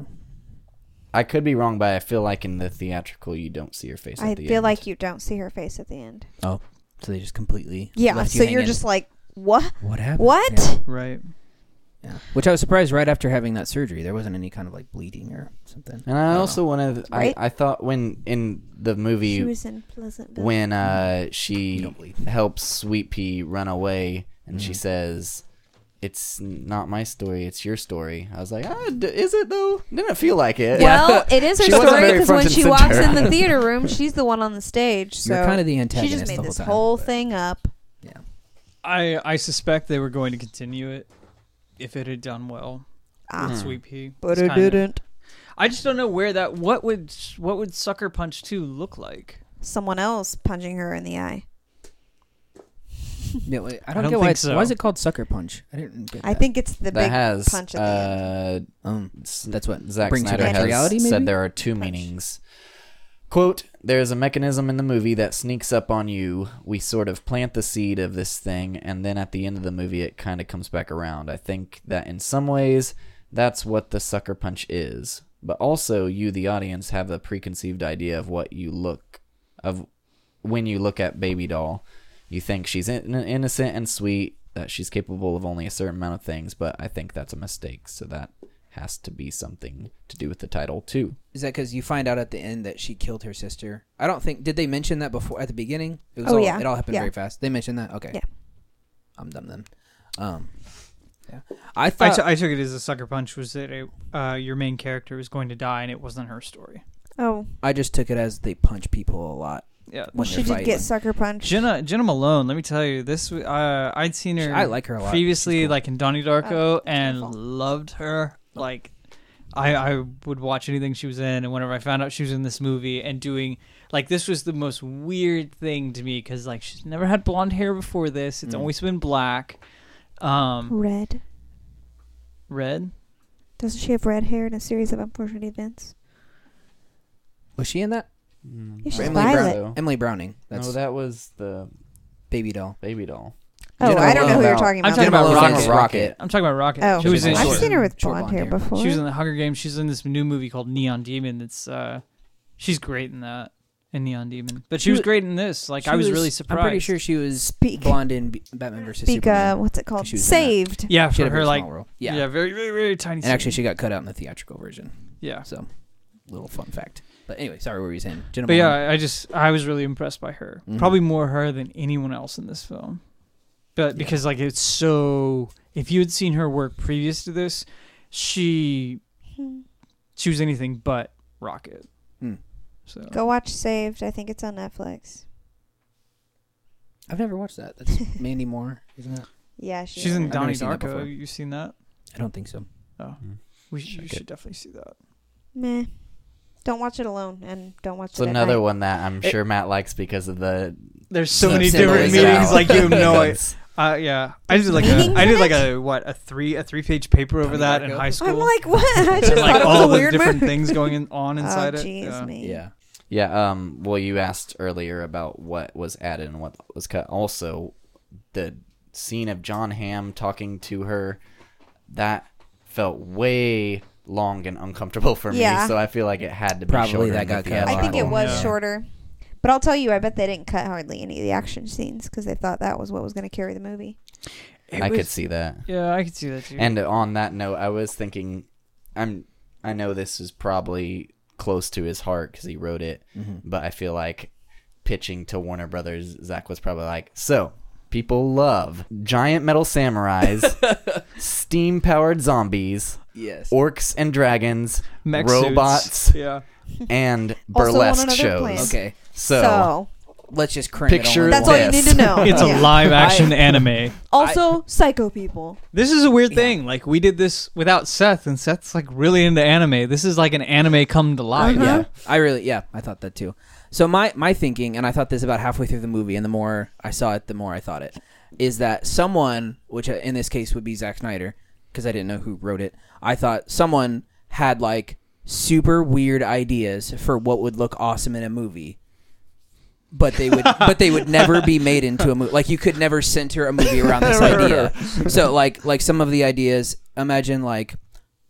I could be wrong, but I feel like in the theatrical you don't see her face. I at the feel end. like you don't see her face at the end. Oh, So they just completely Yeah, left so you you're hanging. just like, what? what happened? What? Yeah. Right. Yeah. Which I was surprised right after having that surgery, there wasn't any kind of like bleeding or something. And I, don't also wanted. Right? I, I thought when in the movie She was in Pleasantville. when uh, You she don't bleed. helps Sweet Pea run away, and she says, "It's not my story; it's your story." I was like, ah, d- "Is it though? Didn't feel like [LAUGHS] it." Well, it is her She wasn't story very because front when and she center. walks in the [LAUGHS] theater room, she's the one on the stage. So You're kind of the she antagonist just made the whole this time. whole but- thing up. Yeah. I I suspect they were going to continue it if it had done well Ah, Hmm. with Sweet Pea. but It's it kinda- didn't. I just don't know where that. What would what would Sucker Punch Two look like? Someone else punching her in the eye. Yeah, wait, I don't, don't get why. think It's, so. Why is it called sucker punch? I didn't get that. I think it's the that big has punch at the end. uh, um, S- that's what Zack brings Snyder you back has to reality. Maybe said there are two Punch. meanings. Quote, there is a mechanism in the movie that sneaks up on you. We sort of plant the seed of this thing, and then at the end of the movie, it kind of comes back around. I think that in some ways, that's what the sucker punch is. But also, you, the audience, have a preconceived idea of what you look, of when you look at Baby Doll. You think she's in- innocent and sweet, that she's capable of only a certain amount of things, but I think that's a mistake. So that has to be something to do with the title too. is that because you find out at the end that she killed her sister? I don't think. Did they mention that before at the beginning? It was Oh, all, yeah. It all happened Yeah. very fast. They mentioned that. Okay. Yeah. I'm dumb then. Um. Yeah. I I thought. I, t- I took it as a Sucker Punch was that it, uh, your main character was going to die and it wasn't her story. Oh, I just took it as they punch people a lot. Yeah. When she they're did fighting. get sucker punched. Jenna Jenna Malone, let me tell you, this w- uh, I'd seen her. I like her a lot. previously, She's cool. Oh. like in Donnie Darko, Oh, and careful. loved her. Like, I I would watch anything she was in, and whenever I found out she was in this movie and doing like this was the most weird thing to me because like she's never had blonde hair before this. It's Mm. always been black, um, Red. red. Doesn't she have red hair in a series of unfortunate events? was she in that? Mm. Yeah, she's Emily violet. Brown, though. Emily Browning. That's Oh, no, that was the baby doll. baby doll. Oh, Jenna I don't know who you're Malone. talking I'm about. talking Jenna about Malone Rocket. is I'm talking about Rocket. Oh, she was in. I've short- seen her with short blonde, blonde hair hair. before. She was in the Hunger Games. She's in this new movie called Neon Demon. That's uh, she's great in that. in Neon Demon. But But she, she was wa- great in this. Like I was, really surprised. I'm pretty sure she was Speak. blonde in B- Batman versus Speak, uh, Superman. what's it called? She was in that. Saved. yeah, She for had a her very like small role. yeah. Yeah. very very very tiny. and actually, she got cut out in the theatrical version. yeah. So, little fun fact. But anyway, sorry, what were you saying? Jenna But Malone? yeah, I just I was really impressed by her. Mhm. Probably more her than anyone else in this film. But Yeah. because like it's so if you had seen her work previous to this, she Hmm. she was anything but Rocket. Hmm. So Go watch Saved. I think it's on Netflix. I've never watched that. That's Mandy Moore, isn't it? [LAUGHS] Yeah, she she's is. in I've never Donnie seen that before. Darko. You seen that? I don't think so. Oh, Mm. we should, you Check it. should definitely see that. Meh. Don't watch it alone, and don't watch It's it. at another night. one that I'm It- sure Matt likes because of the There's so Yeah, many send different those out. meetings, like you have no idea. It's- Uh, yeah, I did like a, Meetings I in did like it? a what a three a three page paper over Donnie that in Darko. high school. I'm like, what? [LAUGHS] I just [LAUGHS] And, like thought all it was the a weird different movie. things going in, on inside [LAUGHS] oh, it. jeez, yeah. me. Yeah. Yeah. Um. Well, you asked earlier about what was added and what was cut. Also, the scene of John Hamm talking to her that felt way long and uncomfortable for me. Yeah. So I feel like it had to be Probably shorter that in got the cut. I think it theatrical. was Yeah. shorter. But I'll tell you, I bet they didn't cut hardly any of the action scenes because they thought that was what was going to carry the movie. It I could was- see that. Yeah, I could see that too. And on that note, I was thinking, I'm, I know this is probably close to his heart because he wrote it, Mm-hmm. but I feel like pitching to Warner Brothers, Zach was probably like, so people love giant [LAUGHS] metal samurais, steam powered zombies, Yes. orcs and dragons, Mech suits. robots, Yeah, and Also want burlesque another shows. plan. okay. So, Let's just crank picture it That's all you this. need [LAUGHS] to know. it's Yeah. a live action anime. also, psycho people. This is a weird thing. Like we did this without Seth, and Seth's like really into anime. This is like an anime come to life. Uh-huh. Yeah, I really, yeah, I thought that too. So my my thinking, and I thought this about halfway through the movie, and the more I saw it, the more I thought it, is that someone, which uh, in this case would be Zack Snyder, because I didn't know who wrote it. I thought someone had like super weird ideas for what would look awesome in a movie. But they would, but they would never be made into a movie. Like you could never center a movie around this idea. So like, like some of the ideas. Imagine like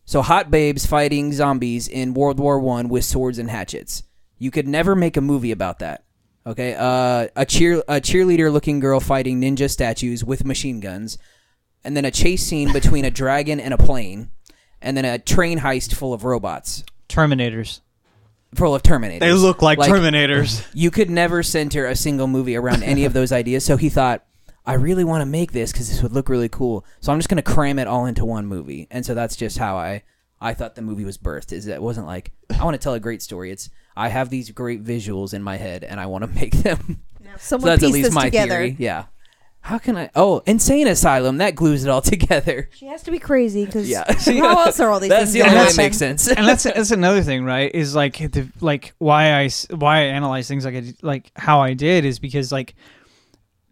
so hot babes fighting zombies in World War One with swords and hatchets. You could never make a movie about that. Okay, uh, a cheer a cheerleader looking girl fighting ninja statues with machine guns, and then a chase scene between a dragon and a plane, and then a train heist full of robots, Terminators. full of Terminators. They look like, Like- Terminators. You could never center a single movie around any of those ideas. So he thought, I really want to make this because this would look really cool. So I'm just going to cram it all into one movie. And so that's just how I I thought the movie was birthed. Is that it wasn't like I want to tell a great story. It's I have these great visuals in my head and I want to [LAUGHS] make them. so Someone that's at piece least this my together. theory. Yeah. How can I? Oh, insane asylum that glues it all [LAUGHS] together. She has to be crazy because [LAUGHS] Yeah. [LAUGHS] how else are all these That's things the only gonna way it happen? makes sense. [LAUGHS] and that's that's another thing, right? Is like the like why I s- why I analyze things like I d- like how I did is because like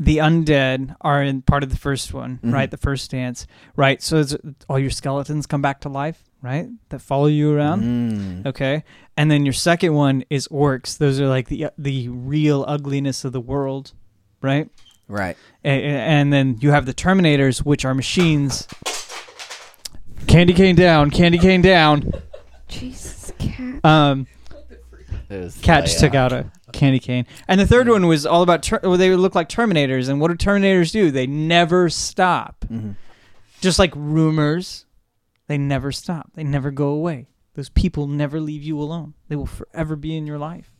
the undead are in part of the first one, Mhm. right? The first stance, right? So it's, all your skeletons come back to life, right? That follow you around. [LAUGHS] Mm. Okay, and then your second one is orcs. Those are like the the real ugliness of the world, right? Right. A- a- And then you have the Terminators, which are machines. Candy cane down, candy cane down. Jesus, cat. Um, It was Cat just Oh, like, took out a candy cane. And the third one was all about ter- well, they look like Terminators. And what do Terminators do? They never stop. [LAUGHS] Mhm. Just like rumors, they never stop. They never go away. Those people never leave you alone. They will forever be in your life.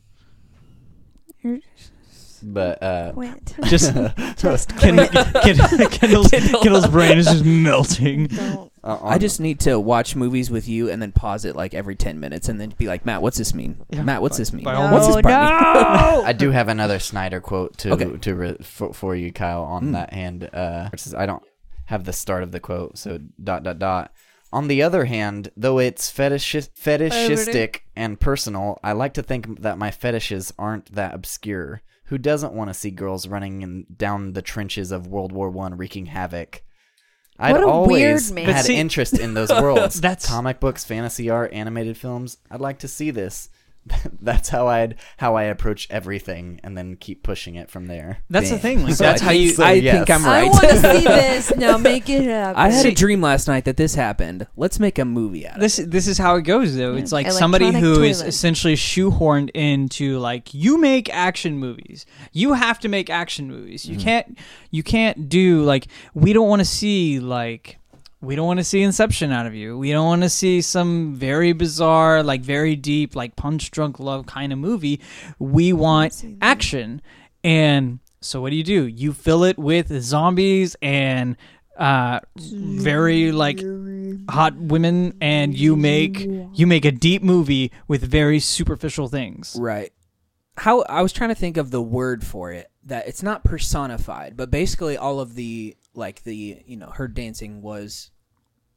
But uh, Quit. Just Just [LAUGHS] Ken- quit. Ken- [LAUGHS] Kendall's, Kendall. Kendall's brain is just melting. Don't. uh, I on- just need to watch movies with you and then pause it like every 10 minutes and then be like, Matt, what's this mean? Yeah. Matt, what's By- this mean? by all what's this No, Oh. no. I do have another Snyder quote to Okay. to re- for, for you, Kyle. On Hmm. that hand, uh, it says- I don't have the start of the quote, so dot dot dot. On the other hand, though it's fetishi- fetishistic and personal, I like to think that my fetishes aren't that obscure. Who doesn't want to see girls running in, down the trenches of World War One, wreaking havoc? I'd What a always weird man. had But see- [LAUGHS] interest in those worlds. That's- comic books, fantasy art, animated films. I'd like to see this. [LAUGHS] that's how I'd how I approach everything, and then keep pushing it from there. [LAUGHS] That's the Damn. [LAUGHS] thing. Like, So that's I how think- you- I yes. think [LAUGHS] I'm I right. want [LAUGHS] to see this. Now make it happen. I had a dream last night that this happened. Let's make a movie out of it. this this is how it goes though. It's like Electronic somebody who is toilet. essentially shoehorned into like you make action movies. You have to make action movies. You can't you can't do like we don't want to see like we don't want to see Inception out of you. We don't want to see some very bizarre, like very deep, like punch drunk love kind of movie. We want seen that. action. And so what do you do? You fill it with zombies and uh very like hot women and you make you make a deep movie with very superficial things. Right. How I was trying to think of the word for it that it's not personified, but basically all of the like the you know her dancing was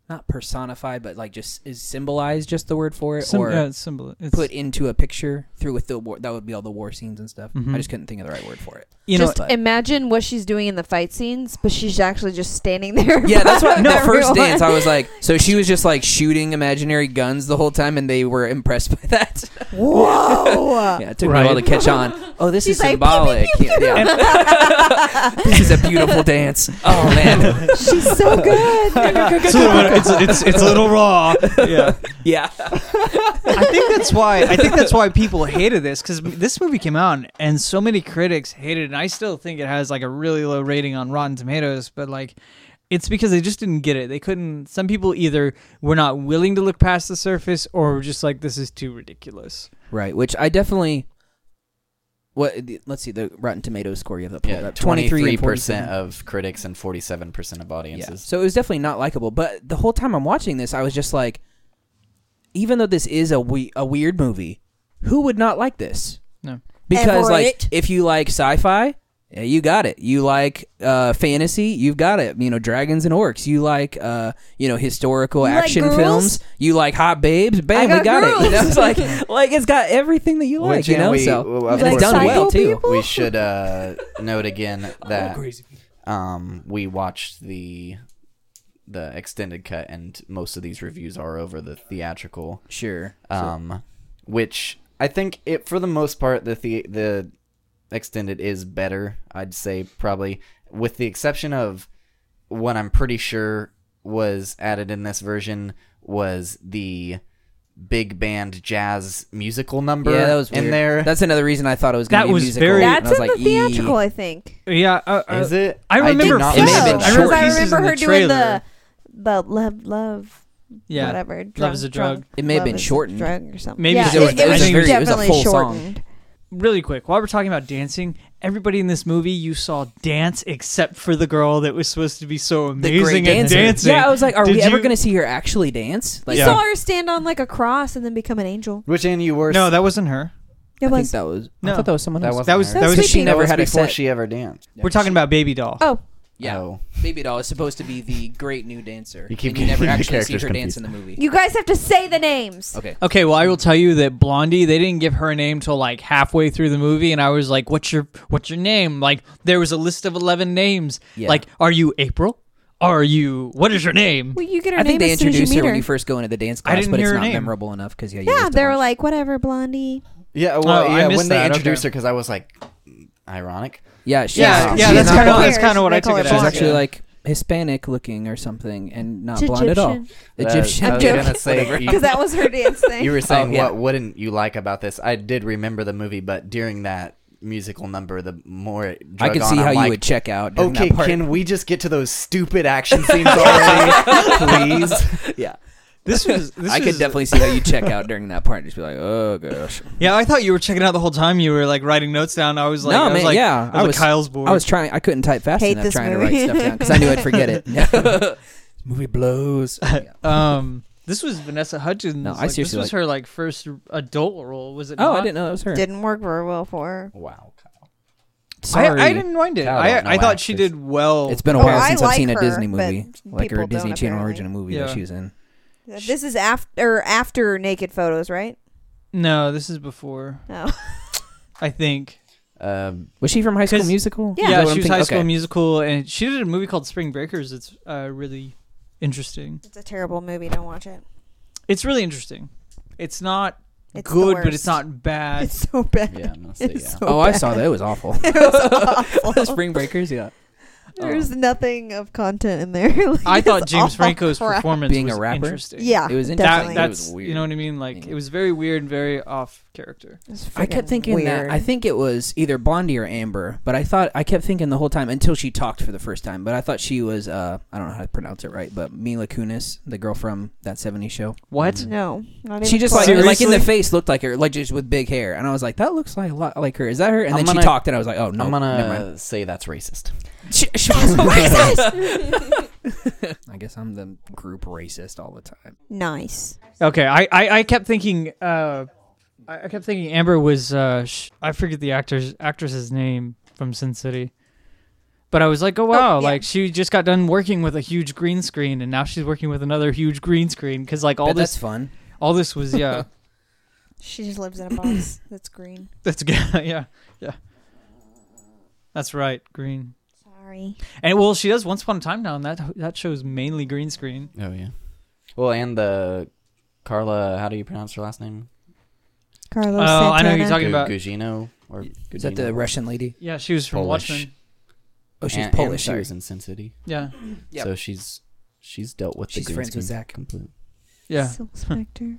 not personified, but like just is symbolized. Just the word for it, Sym- or yeah, it's symbol. It's, put into a picture through with the war. That would be all the war scenes and stuff. Mhm. I just couldn't think of the right word for it. you know just imagine what she's doing in the fight scenes, but she's actually just standing [LAUGHS] there. [LAUGHS] Yeah, that's what. in No, front of first everyone. dance. I was like, so she was just like shooting imaginary guns the whole time, and they were impressed by that. [LAUGHS] Whoa! Yeah, it took me Right. a while to catch [LAUGHS] on. Oh, this She's is like, pew, symbolic. pew, pew, Yeah, [LAUGHS] yeah. this is a beautiful dance. [LAUGHS] Oh man, [LAUGHS] She's [LAUGHS] so [LAUGHS] good. it's, a little, it's, it's, it's a little raw. Yeah. yeah. I [LAUGHS] think that's why I think that's why people hated this cuz this movie came out and so many critics hated it and I still think it has like a really low rating on Rotten Tomatoes but like it's because they just didn't get it. They couldn't some people either were not willing to look past the surface or were just like this is too ridiculous. Right, which I definitely. What? the- Let's see the Rotten Tomatoes score you have that pulled Yeah, up. Twenty three percent of critics and forty-seven percent of Yeah. audiences. So it was definitely not likable. But the whole time I'm watching this, I was just like, even though this is a we- a weird movie, who would not like this? No. Because Everett. like, if you like sci-fi, yeah, you got it. You like uh, fantasy, you've got it. You know, dragons and orcs. You like uh, you know historical You like action girls? films. You like hot babes. Bam, I we got got it. You know, girls. it's [LAUGHS] like like it's got everything that you Which, like. you you know, know, we- so well, of and it's course done we- well too. People? We should uh, [LAUGHS] note again that um, we watched the the extended cut, and most of these reviews are over the theatrical. Sure. um, which I think it for the most part the, the the extended is better. I'd say probably with the exception of what I'm pretty sure was added in this version was the big band jazz musical number yeah, that was weird. in there. That's another reason I thought it was. That Gonna be was musical, very- and That's I was in like, the "Ee." theatrical, I think. Yeah, uh, uh, is it? I did remember not It may have remember been that. I short. remember, I pieces in remember the her doing the trailer. the love love yeah. whatever. Drunk, is a drunk, drug. It may have love been is a shortened. Drug or something. Maybe yeah, because it was- it, it was was, very- it was a definitely full song. shortened. really quick while we're talking about dancing everybody in this movie you saw dance except for the girl that was supposed to be so the great amazing at dancer. dancing Yeah, I was like, are Did we ever you- going to see her actually dance? Like, You Yeah. saw her stand on like a cross and then become an angel. Which and you were no that wasn't her It I think was. that was. No. I thought that was someone that else. wasn't That was- her. that was- That's she creepy. never That was had a before set. she ever danced. we're talking about baby doll oh, yeah, Oh. Baby Doll is supposed to be the great new dancer. You keep and you never getting the actually see her characters dance confused. in the movie. you guys have to say the names. okay. okay well i will tell you that blondie they didn't give her a name till like halfway through the movie and i was like what's your what's your name like there was a list of 11 names Yeah. like are you april are you what is your name Well, you get her I name think they as soon as you introduced meet her her. when you first go into the dance I class, didn't but it's hear her not name. memorable enough because yeah, you yeah, missed a they were bunch. like, whatever, Blondie. Yeah, well, Oh, I yeah. missed When they that, okay. introduced her, because I was like, ironic. yeah, she's, yeah She's yeah she's that's not kind of blonde. that's kind of what They i call took her it as she's blonde. actually yeah. like Hispanic looking or something and not It's blonde at all. Egyptian. That- Egyptian. I was I'm gonna joking. [LAUGHS] say you- Because that was her dance thing. You [LAUGHS] were saying yeah. what wouldn't you like about this? I did remember the movie, but during that musical number, the more it I drug could on, see I'm how like, you would check out. during Okay, that part. can we just get to those stupid [LAUGHS] action scenes already, please? yeah. this was this I could was- definitely see how you check out during that part and just be like, oh gosh. Yeah, I thought you were checking out the whole time. You were like writing notes down. I was like, No, I was man, like, yeah, I was, I like, was- Kyle's bored. I was trying. I couldn't type fast Hate enough this trying movie. to write stuff down because I knew I'd forget it. [LAUGHS] [LAUGHS] This movie blows. um, this was Vanessa Hudgens. No, I like, seriously, this was like- her like first adult role. Was it? Oh, not? I didn't know that was her. Didn't work very well for her. wow, Kyle. Sorry, I, I didn't mind it. Kyle I, don't know I thought she actors. did well. It's been a Oh, while I since like I've seen a her, Disney but movie, like people her don't, Disney Channel apparently. original movie that Yeah. she was in. This is after after naked photos, right? Oh. no. This is before. No. [LAUGHS] I think. Um, Was she from High School 'Cause- Musical? Yeah. Is Yeah, that what she I'm was thinking? High School Okay. Musical, and she did a movie called Spring Breakers. It's uh, really interesting. It's a terrible movie. Don't watch it. It's really interesting. It's not It's the good, but it's worst. not bad. It's so bad. Yeah, I'm gonna [LAUGHS] say, It's yeah. so oh, I saw bad. that. It was [LAUGHS] awful. It was awful. Spring Breakers, yeah. There's nothing of content in there. [LAUGHS] Like, I thought it's James all Franco's crap. performance Being a was rapper? interesting. Yeah, It was interesting. definitely. that, It that's was weird. you know what I mean. Like Yeah. it was very weird and very off character. It was I kept friggin' thinking that weird. I think it was either Blondie or Amber, but I thought I kept thinking the whole time until she talked for the first time. But I thought she was uh, I don't know how to pronounce it right, but Mila Kunis, the girl from that '70s show. What? no, not even She just close. like, like in Seriously? the face looked like her, like just with big hair, and I was like, that looks like a lot like her. Is that her? And I'm then gonna- she talked, and I was like, oh no, I'm never mind. gonna say that's racist. [LAUGHS] She, she [LAUGHS] was [LAUGHS] racist. I guess I'm the group racist all the time. nice. Okay, I, I, I kept thinking uh, I I kept thinking Amber was uh, sh- I forget the actor's actress's name from Sin City, but I was like, oh wow, yeah. like she just got done working with a huge green screen, and now she's working with another huge green screen because like all But this that's fun. all this [LAUGHS] was yeah She just lives in a box [COUGHS] that's green. that's good [LAUGHS] yeah yeah that's right green Sorry. and well she does Once Upon a Time now and that that show's mainly green screen Oh yeah. Well, and the Carla, how do you pronounce her last name? Carlos Oh, I know who you're Santana. Talking Gu- about- Gugino or Gugino? Is that the Russian lady? yeah she was from Polish. Watchmen Oh, she's And- and Polish. she sorry. was in Sin City, yeah Yep. so she's she's dealt with She's the green friends with screen Zach. completely. yeah [LAUGHS] Silk Spectre.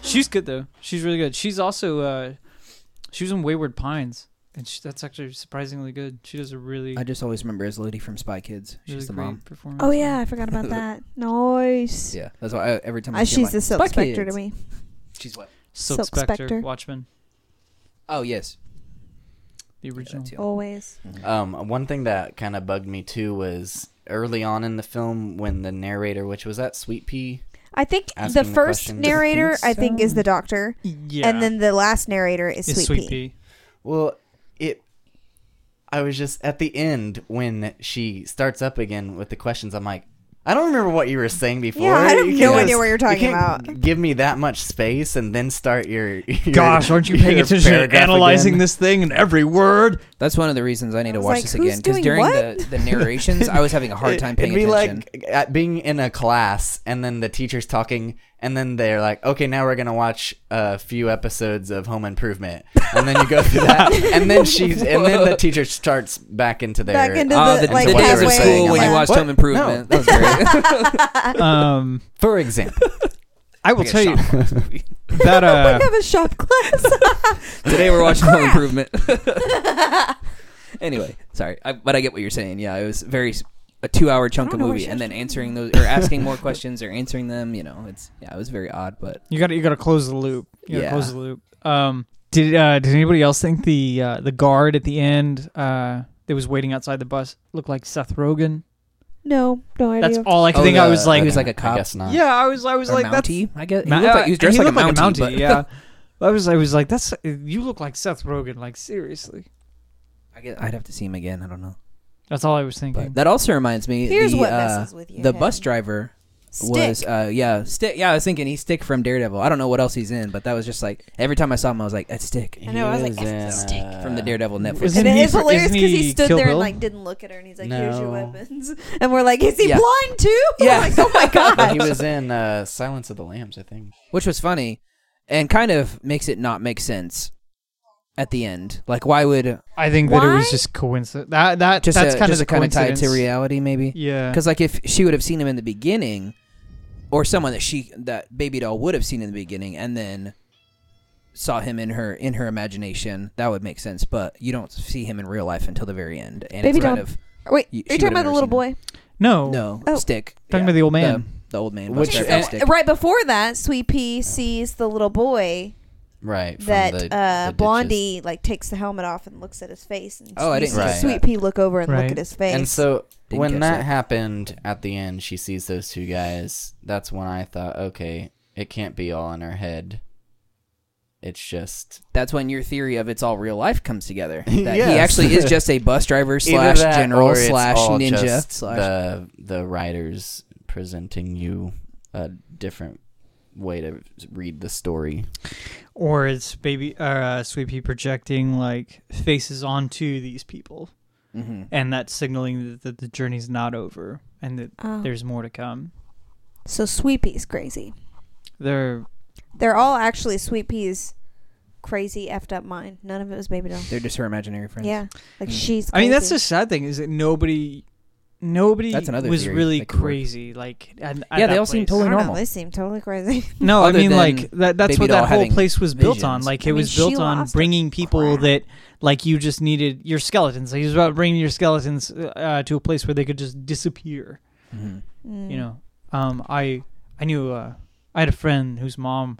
She's good though. She's really good. She's also uh, she was in Wayward Pines, and she, that's actually surprisingly good. She does a really, I just always remember as lady from Spy Kids. really She's the great mom. performance. Oh yeah, I forgot about that. [LAUGHS] Nice. Yeah, that's why I, every time I Uh, see her, she's I'm like, the Silk "Spy Spectre to Kids." me. She's what? Silk, Silk Spectre, Spectre. Watchmen, Oh yes, the original. that's it. Always. Um, one thing that kind of bugged me too was early on in the film when the narrator, which was that Sweet Pea, I think Asking the the first questions. narrator I So- think is the doctor, yeah, and then the last narrator is, it's Sweet, Sweet Pea. Pea. Well, it. I was just at the end when she starts up again with the questions. I'm like, I don't remember what you were saying before. Yeah, I have You no can't- idea what you're talking can't about. Give me that much space and then start your. [LAUGHS] your Gosh, aren't you [LAUGHS] paying your attention and paragraph analyzing again? this thing and every word? That's one of the reasons I need I to was watch like, this "Who's again because doing during what?" the the narrations, I was having a [LAUGHS] hard time paying It'd be attention. like at being in a class and then the teacher's talking and then they're like, okay, now we're gonna watch a few episodes of Home Improvement, and then you go through [LAUGHS] that, and then she's and then the teacher starts back into their Back into oh, [LAUGHS] the, the, like, the days of halfway, school when yeah. "Oh, you watched What? Home Improvement. No. That was great. Uh, Um, For example, I will Like a tell you shot glass movie. [LAUGHS] that [LAUGHS] uh, We have a shop [LAUGHS] [LAUGHS] class. Today we're watching Home [LAUGHS] Improvement. [LAUGHS] anyway, sorry, I, but I get what you're saying. Yeah, it was very s- a two-hour chunk I of don't know where movie, she and was then answering those or asking more questions or answering them. You know, it's yeah, it was very odd, but you got to you got to close the loop. You gotta Yeah. close the loop. Um, did uh, did anybody else think the uh, the guard at the end uh, that was waiting outside the bus looked like Seth Rogen? no, no idea. That's all I could Oh, think. I the- was like, he was like a I cop. guess not. yeah, I was, I was or like, Mountie, I guess. that's He looked like he was dressed like a looked Mountie. but- yeah, [LAUGHS] I was, I was like, that's you look like Seth Rogen, like seriously. I guess I'd have to see him again. I don't know. That's all I was thinking. But that also reminds me. Here's the, what uh, messes with you. The bus driver was uh yeah stick yeah I was thinking he's stick from Daredevil I don't know what else he's in but that was just like every time I saw him I was like that's stick I know, I was like, stick from uh, the Daredevil Netflix Isn't and he it's fr- hilarious isn't because he, he stood Kill there and Bill? like didn't look at her, and he's like, "Here's your No. weapons," [LAUGHS] and we're like, "Is he Yeah. blind too?" [LAUGHS] Yeah. like, oh my Well, god. [LAUGHS] he was in uh, Silence of the Lambs, I think. which was funny and kind of makes it not make sense at the end like why would I think that it Why? was just coincidence. That that just that's a, kind just a of kind of tied to coincidence. reality maybe Yeah, because like if she would have seen him in the beginning or someone that she that baby doll would have seen in the beginning and then saw him in her in her imagination that would make sense but you don't see him in real life until the very end and Baby it's kind doll. of Wait, You- are she you talking would've about the never little seen boy? no, no Oh. stick Yeah. Talking about the old man. the, old man Which- which Okay, Sure, so and stick. uh, right before that, Sweet Pea sees the little boy Right. from that the- uh, the ditches. Blondie like takes the helmet off and looks at his face. And Oh, I you didn't see catch Sweet that. Pea look over and Right. look at his face. And so Didn't when catch that that. happened at the end, she sees those two guys. That's when I thought, okay, it can't be all in her head. It's just that's when your theory of it's all real life comes together that he Yes. actually is just a bus driver Either slash that general or it's slash all ninja just slash the the writers presenting you a different way to read the story. or it's baby or uh, Sweet Pea projecting like faces onto these people, Mhm. and that's signaling that, that the journey's not over and that Oh. there's more to come. so Sweet Pea's crazy. They're They're all actually Sweet Pea's crazy effed up mind. None of it was Baby Doll. They're just her imaginary friends. Yeah, like Mm. she's. I Crazy. mean, that's the sad thing is that nobody, nobody That's another was theory really that could work. crazy. Like, at, at Yeah, they that all seem place. I totally don't normal. Know, they seem totally crazy. No, I other mean than like that, that's Baby what Doll that whole having place was built on. visions. Like I it mean, was she built on lost bringing people crap. that like you just needed your skeletons. Like it was about bringing your skeletons uh, to a place where they could just disappear. Mhm. [LAUGHS] Mm. You know, um, I I knew uh, I had a friend whose mom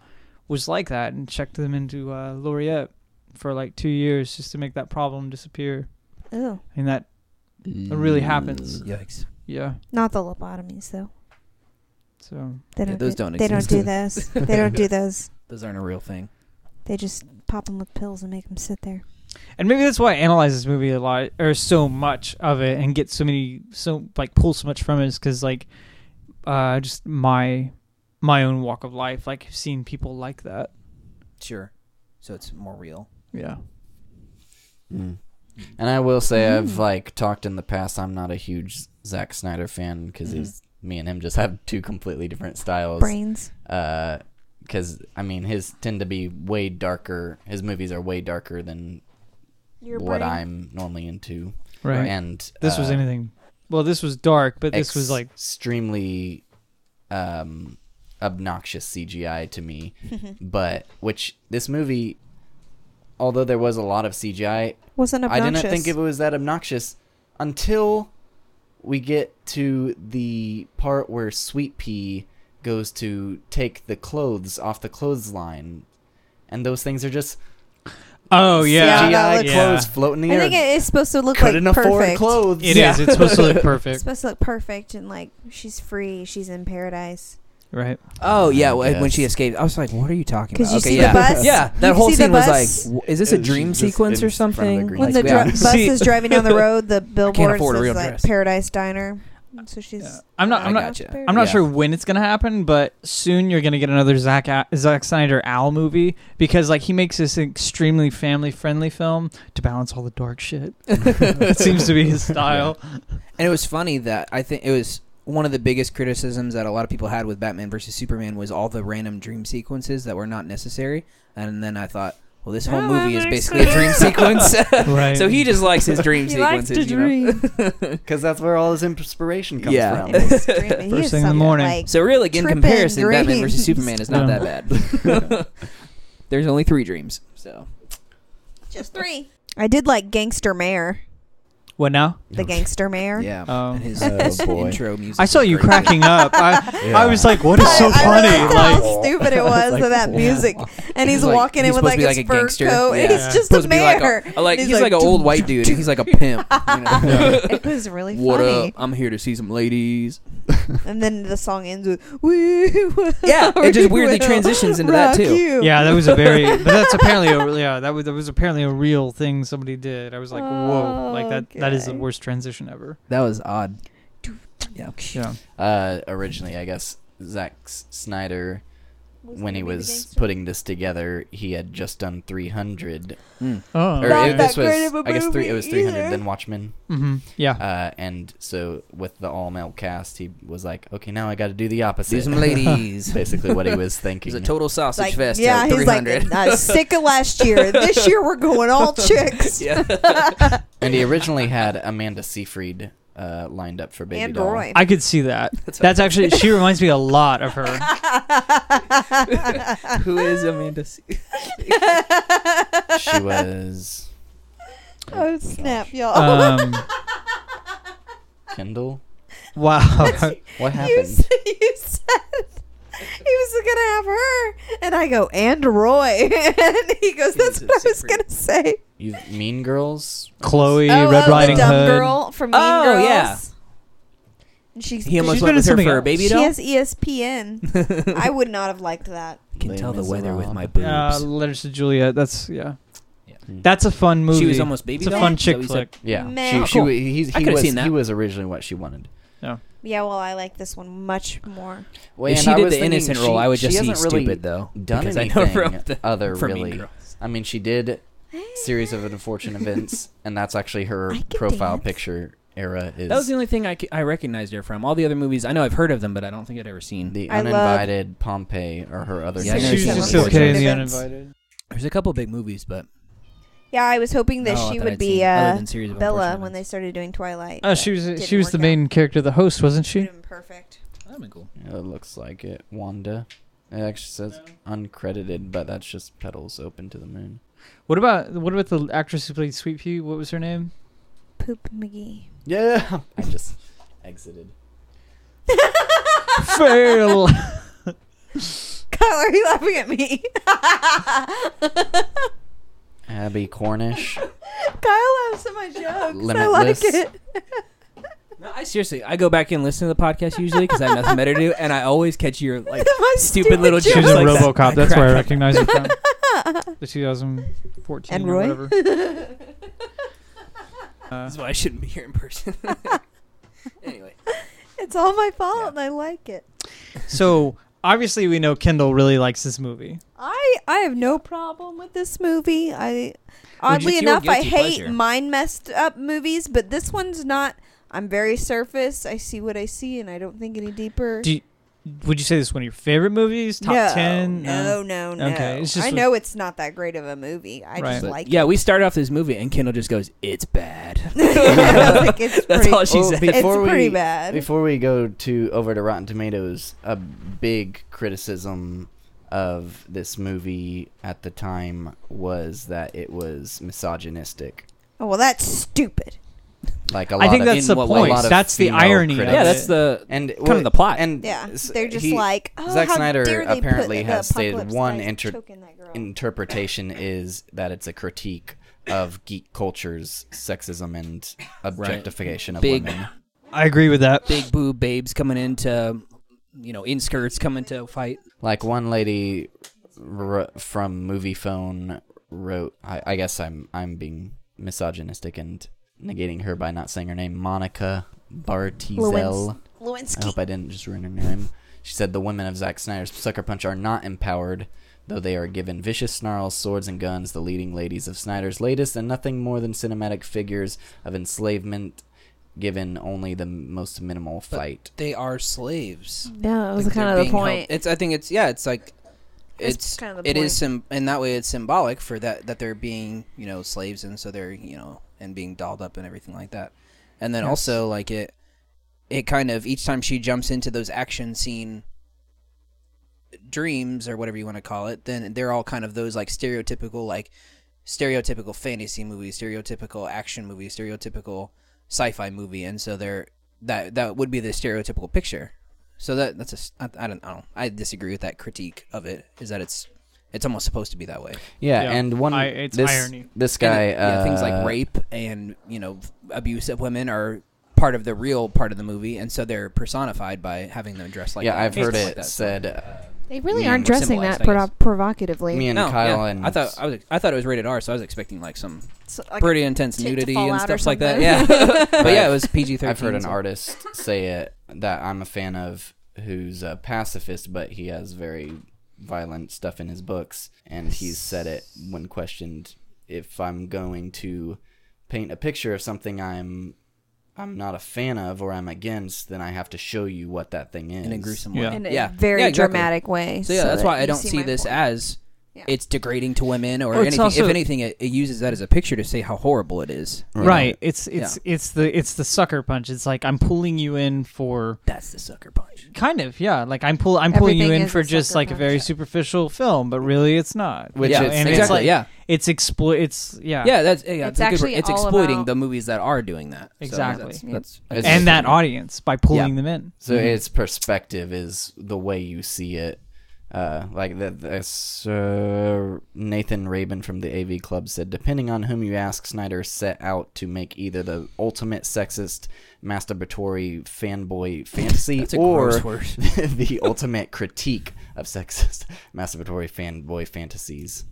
was like that and checked them into uh, Laureate for like two years just to make that problem disappear. Ew. And that it really happens. Yikes. yeah, Not the lobotomies though. so They Yeah, don't. those do, don't They don't exist. do those. they don't [LAUGHS] do those. Those aren't a real thing. They just pop them with pills and make them sit there. And maybe that's why I analyze this movie a lot, or so much of it, and get so many, so like pull so much from it, is because like, uh, just my, my own walk of life, like seeing people like that. Sure. So it's more real. Yeah. Mm. And I will say I've like talked in the past. I'm not a huge Zack Snyder fan because Mhm. he's me and him just have two completely different styles. Brains. Because Uh, I mean, his tend to be way darker. His movies are way darker than Your what brain. I'm normally into. Right. And This was uh, anything. Well, this was dark, but this was like extremely um, obnoxious CGI to me. but which this movie, although there was a lot of CGI, [LAUGHS] wasn't I obnoxious. didn't think it was that obnoxious until we get to the part where Sweet Pea goes to take the clothes off the clothesline, and those things are just oh yeah. yeah, CGI that looks- clothes floating in the I air. think it is supposed to look couldn't like afford perfect. clothes. It is. It's supposed to look It's perfect, supposed to look perfect and like she's free. She's in paradise. [LAUGHS] right? Oh yeah, I wh- when she guess. escaped, I was like, "What are you talking 'Cause about?" you okay, see the yeah, bus? yeah. You That whole see the scene was like, bus? w- "Is this a And she's dream just sequence in or front of the something?" green When Like, the we are- dr- bus [LAUGHS] See- is driving down the road, the billboard afford a says real like dress. Paradise Diner. So she's. Yeah. I'm not. I I'm not. gotcha. I'm not Yeah. sure when it's gonna happen, but soon you're gonna get another Zack A- Zack Snyder Owl movie because like he makes this extremely family friendly film to balance all the dark shit. it seems to be his style. And it was funny that I think it was one of the biggest criticisms that a lot of people had with Batman versus Superman was all the random dream sequences that were not necessary. And then I thought, well, this whole That movie is makes basically a [LAUGHS] dream [LAUGHS] sequence. Right. so he just likes his dream He likes sequences. to you know? dream. Because that's where all his inspiration comes Yeah. from. First thing First thing in the morning. Like, So really, in Trippin' comparison, Batman versus dreams. Superman is not Yeah. that bad. [LAUGHS] There's only three dreams. So just three. I did like Gangster Mayor, what now? the [LAUGHS] Gangster Mayor. yeah, Oh. and his, Oh, his boy. intro music. I saw was you great. cracking up. I, I was like, what is so I realized funny? Like, how stupid it was with that music, [LAUGHS] and he's, He's like- walking he's in with supposed like to his be like a fur gangster. coat, and Yeah. he's just supposed to the be like mayor. a, like And he's, like, an old white dude, and he's like [LAUGHS] a pimp. you know? it was really What funny. up? I'm here to see some ladies. And then the song ends with "We will, Yeah, it just we weirdly will transitions into that, rock too. you." yeah, that was a very. But that's apparently a yeah. That was that was apparently a real thing somebody did. I was like, whoa, like that. That is the Okay. worst transition ever. That was odd. Yeah. Yeah. uh, originally, I guess Zack S- Snyder, when he gonna be the was gangster? putting this together, he had just done 300. Mm. Oh. Or Not it, that this great was, of a I guess, three, it was 300, movie then either. Watchmen. hmm Yeah. Uh, and so with the all male cast, he was like, okay, now I got to do the See opposite. some ladies. [LAUGHS] it Basically, what he was thinking. was a total sausage Like, fest. yeah, Yeah, he's three like hundred. uh, sick of last year. [LAUGHS] This year we're going all chicks. yeah. [LAUGHS] and he originally had Amanda Seyfried uh, lined up for Baby and Doll. Roy. I could see [LAUGHS] that. That's, actually she reminds me a lot of her. [LAUGHS] Who is Amanda? Se- She was [LAUGHS] oh snap, y'all! [LAUGHS] Um, Oh. Kendall. [LAUGHS] wow. What you, happened? s- you said he was gonna have her, and I go and Roy, [LAUGHS] and he goes, "That's Jesus, what I was Siegfried. gonna say." You Mean Girls. [LAUGHS] Chloe oh, Red oh, Riding the dumb Hood. girl from Mean Oh, Girls. yeah. And she's he almost She's went been with in her something for a else. baby she doll. [LAUGHS] has E ESPN. I would not have liked that. Can Les tell the weather with my Miserables. boobs. Uh, Letters to Juliet. That's yeah. Yeah. That's a fun movie. she was almost baby it's a doll. fun Is that chick what you said? flick. Yeah, Meh. she, Oh, she cool. wa- he's, I he could've was seen that. he was originally what she wanted. Yeah, well, I like this one much more. Well, if and she I did was the thinking innocent role, I would she just see hasn't really stupid though. Done because anything I know from [LAUGHS] the, other from Mean really? Girls. I mean, she did series of unfortunate events, and that's actually her I can profile dance. picture era is That was the only thing I, c- I recognized her from. All the other movies, I know I've heard of them, but I don't think I'd ever seen. the I love- uninvited Pompeii or her other. Yeah, I she know was she just was. okay in the Events. uninvited. There's a couple big movies, but Yeah, I was hoping that no, I she thought would I'd be seen- other uh, than series of Bella Unfortunate when they Events. started doing Twilight. Oh, but she was didn't she was work the out. main character, the host, wasn't she? Would've been Perfect. That'd been cool. It looks like it. Wanda. It actually says uncredited, but that's just petals open to the moon. What about what about the actress who played Sweet Pea? What was her name? [LAUGHS] Poop McGee. Yeah, I just exited. [LAUGHS] Kyle, Fail. are you laughing at me? [LAUGHS] [LAUGHS] Abby Cornish. Kyle laughs at my jokes. Limitless. I like it. No, I seriously, I go back and listen to the podcast usually because I have nothing better to do, and I always catch your [LAUGHS] like My stupid little jokes. she was jokes in like that. RoboCop. That's Crap. where I recognize [LAUGHS] her from. The 2014 And or Roy? [LAUGHS] whatever. Uh, That's why I shouldn't be here in [LAUGHS] person. [LAUGHS] anyway, It's all my fault, and I like it. so obviously we know Kendall really likes this movie. I I have no problem with this movie. I oddly it's your enough, I guilty hate pleasure. mind messed up movies, but this one's not. I'm very surface. I see what I see, and I don't think any deeper. Do you, would you say this is one of your favorite movies? Top no, ten? No, no, no. Okay, it's just I a- know it's not that great of a movie. I Right. just But, like yeah, we start off this movie, and Kendall just goes, "It's [LAUGHS] bad." [LAUGHS] it. I think it's That's pretty, all she Well, said. be- Oh, Before it's pretty we- bad. Before we go to over to Rotten Tomatoes, a big criticism of this movie at the time was that it was misogynistic. oh well, that's stupid. Like a lot I think of that's the in what way? point. A lot of That's the female irony. critics. yeah, of that's it. the and kind of the plot. And Yeah, s- they're just he- like oh, Zack how Snyder dare they apparently put has the stated Apocalypse one Guy's inter- choking that girl. interpretation is that it's a critique of geek culture's sexism and objectification of Big- women. I agree with that. big boob babes coming into, you know, in skirts coming to fight. Like one lady r- from Movie Phone wrote, I, I guess I'm I'm being misogynistic and negating her by not saying her name, Monica Bartizel. Lewinsky. I hope I didn't just ruin her name. She said the women of Zack Snyder's Sucker Punch are not empowered, though they are given vicious snarls, swords, and guns, the leading ladies of Snyder's latest, and nothing more than cinematic figures of enslavement, given only the most minimal fight. They are slaves. No, that was Like, kind they're of the being held- point. It's I think it's yeah, it's like That's it's kind of the it point. is sim- in that way it's symbolic for that that they're being you know slaves and so they're you know and being dolled up and everything like that, and then Yes. also like it it kind of each time she jumps into those action scene dreams or whatever you want to call it, then they're all kind of those like stereotypical like stereotypical fantasy movie, stereotypical action movie, stereotypical sci-fi movie, and so they're that that would be the stereotypical picture. So that that's a s- I, I don't know I disagree with that critique of it is that it's it's almost supposed to be that way. Yeah, Yeah, and one I- it's this, irony. This And guy, it- yeah, things uh, like rape and you know f- abuse of women are part of the real part of the movie, and so they're personified by having them dressed like yeah, that I've and heard stuff like it that. So- said. Uh, They really really Yeah, aren't aren't dressing dressing symbolized, that that I guess. provocatively. me and No, Kyle yeah. and I thought I was I thought it was rated R, so I was expecting like some pretty intense tit to nudity fall and out or stuff like that. something. Yeah, [LAUGHS] [LAUGHS] but yeah, it was PG thirteen. [LAUGHS] I've heard an artist say it that I'm a fan of, who's a pacifist, but he has very violent stuff in his books, and he's said it when questioned if I'm going to paint a picture of something I'm I'm not a fan of or I'm against, then I have to show you what that thing is. in a gruesome Yeah. way. in a yeah, very Yeah, exactly. dramatic way. So yeah, that's that why I you don't see, my this point. as Yeah. it's degrading to women or Well, Oh, it's anything. also- if anything, it, it uses that as a picture to say how horrible it is. Right. It's it's it's the it's the sucker punch. It's like I'm pulling you in for That's the sucker punch. kind of yeah. Like I'm pull I'm pulling you Everything in is for a just sucker like a very punch. superficial film, but really it's not. Which You know, is- and it's exactly. like yeah, it's exploit. It's yeah. yeah. That's yeah, It's a good- actually it's all exploiting about- the movies that are doing that. So Exactly. that's- Yeah. that's, and It's just- that audience by pulling them in. So Mm-hmm. its perspective is the way you see it. Uh, like that, that's uh, Nathan Rabin from the AV Club said, depending on whom you ask, Snyder set out to make either the ultimate sexist, masturbatory fanboy fantasy, That's a or [LAUGHS] [LAUGHS] gross word. the ultimate critique of sexist, [LAUGHS] masturbatory fanboy fantasies.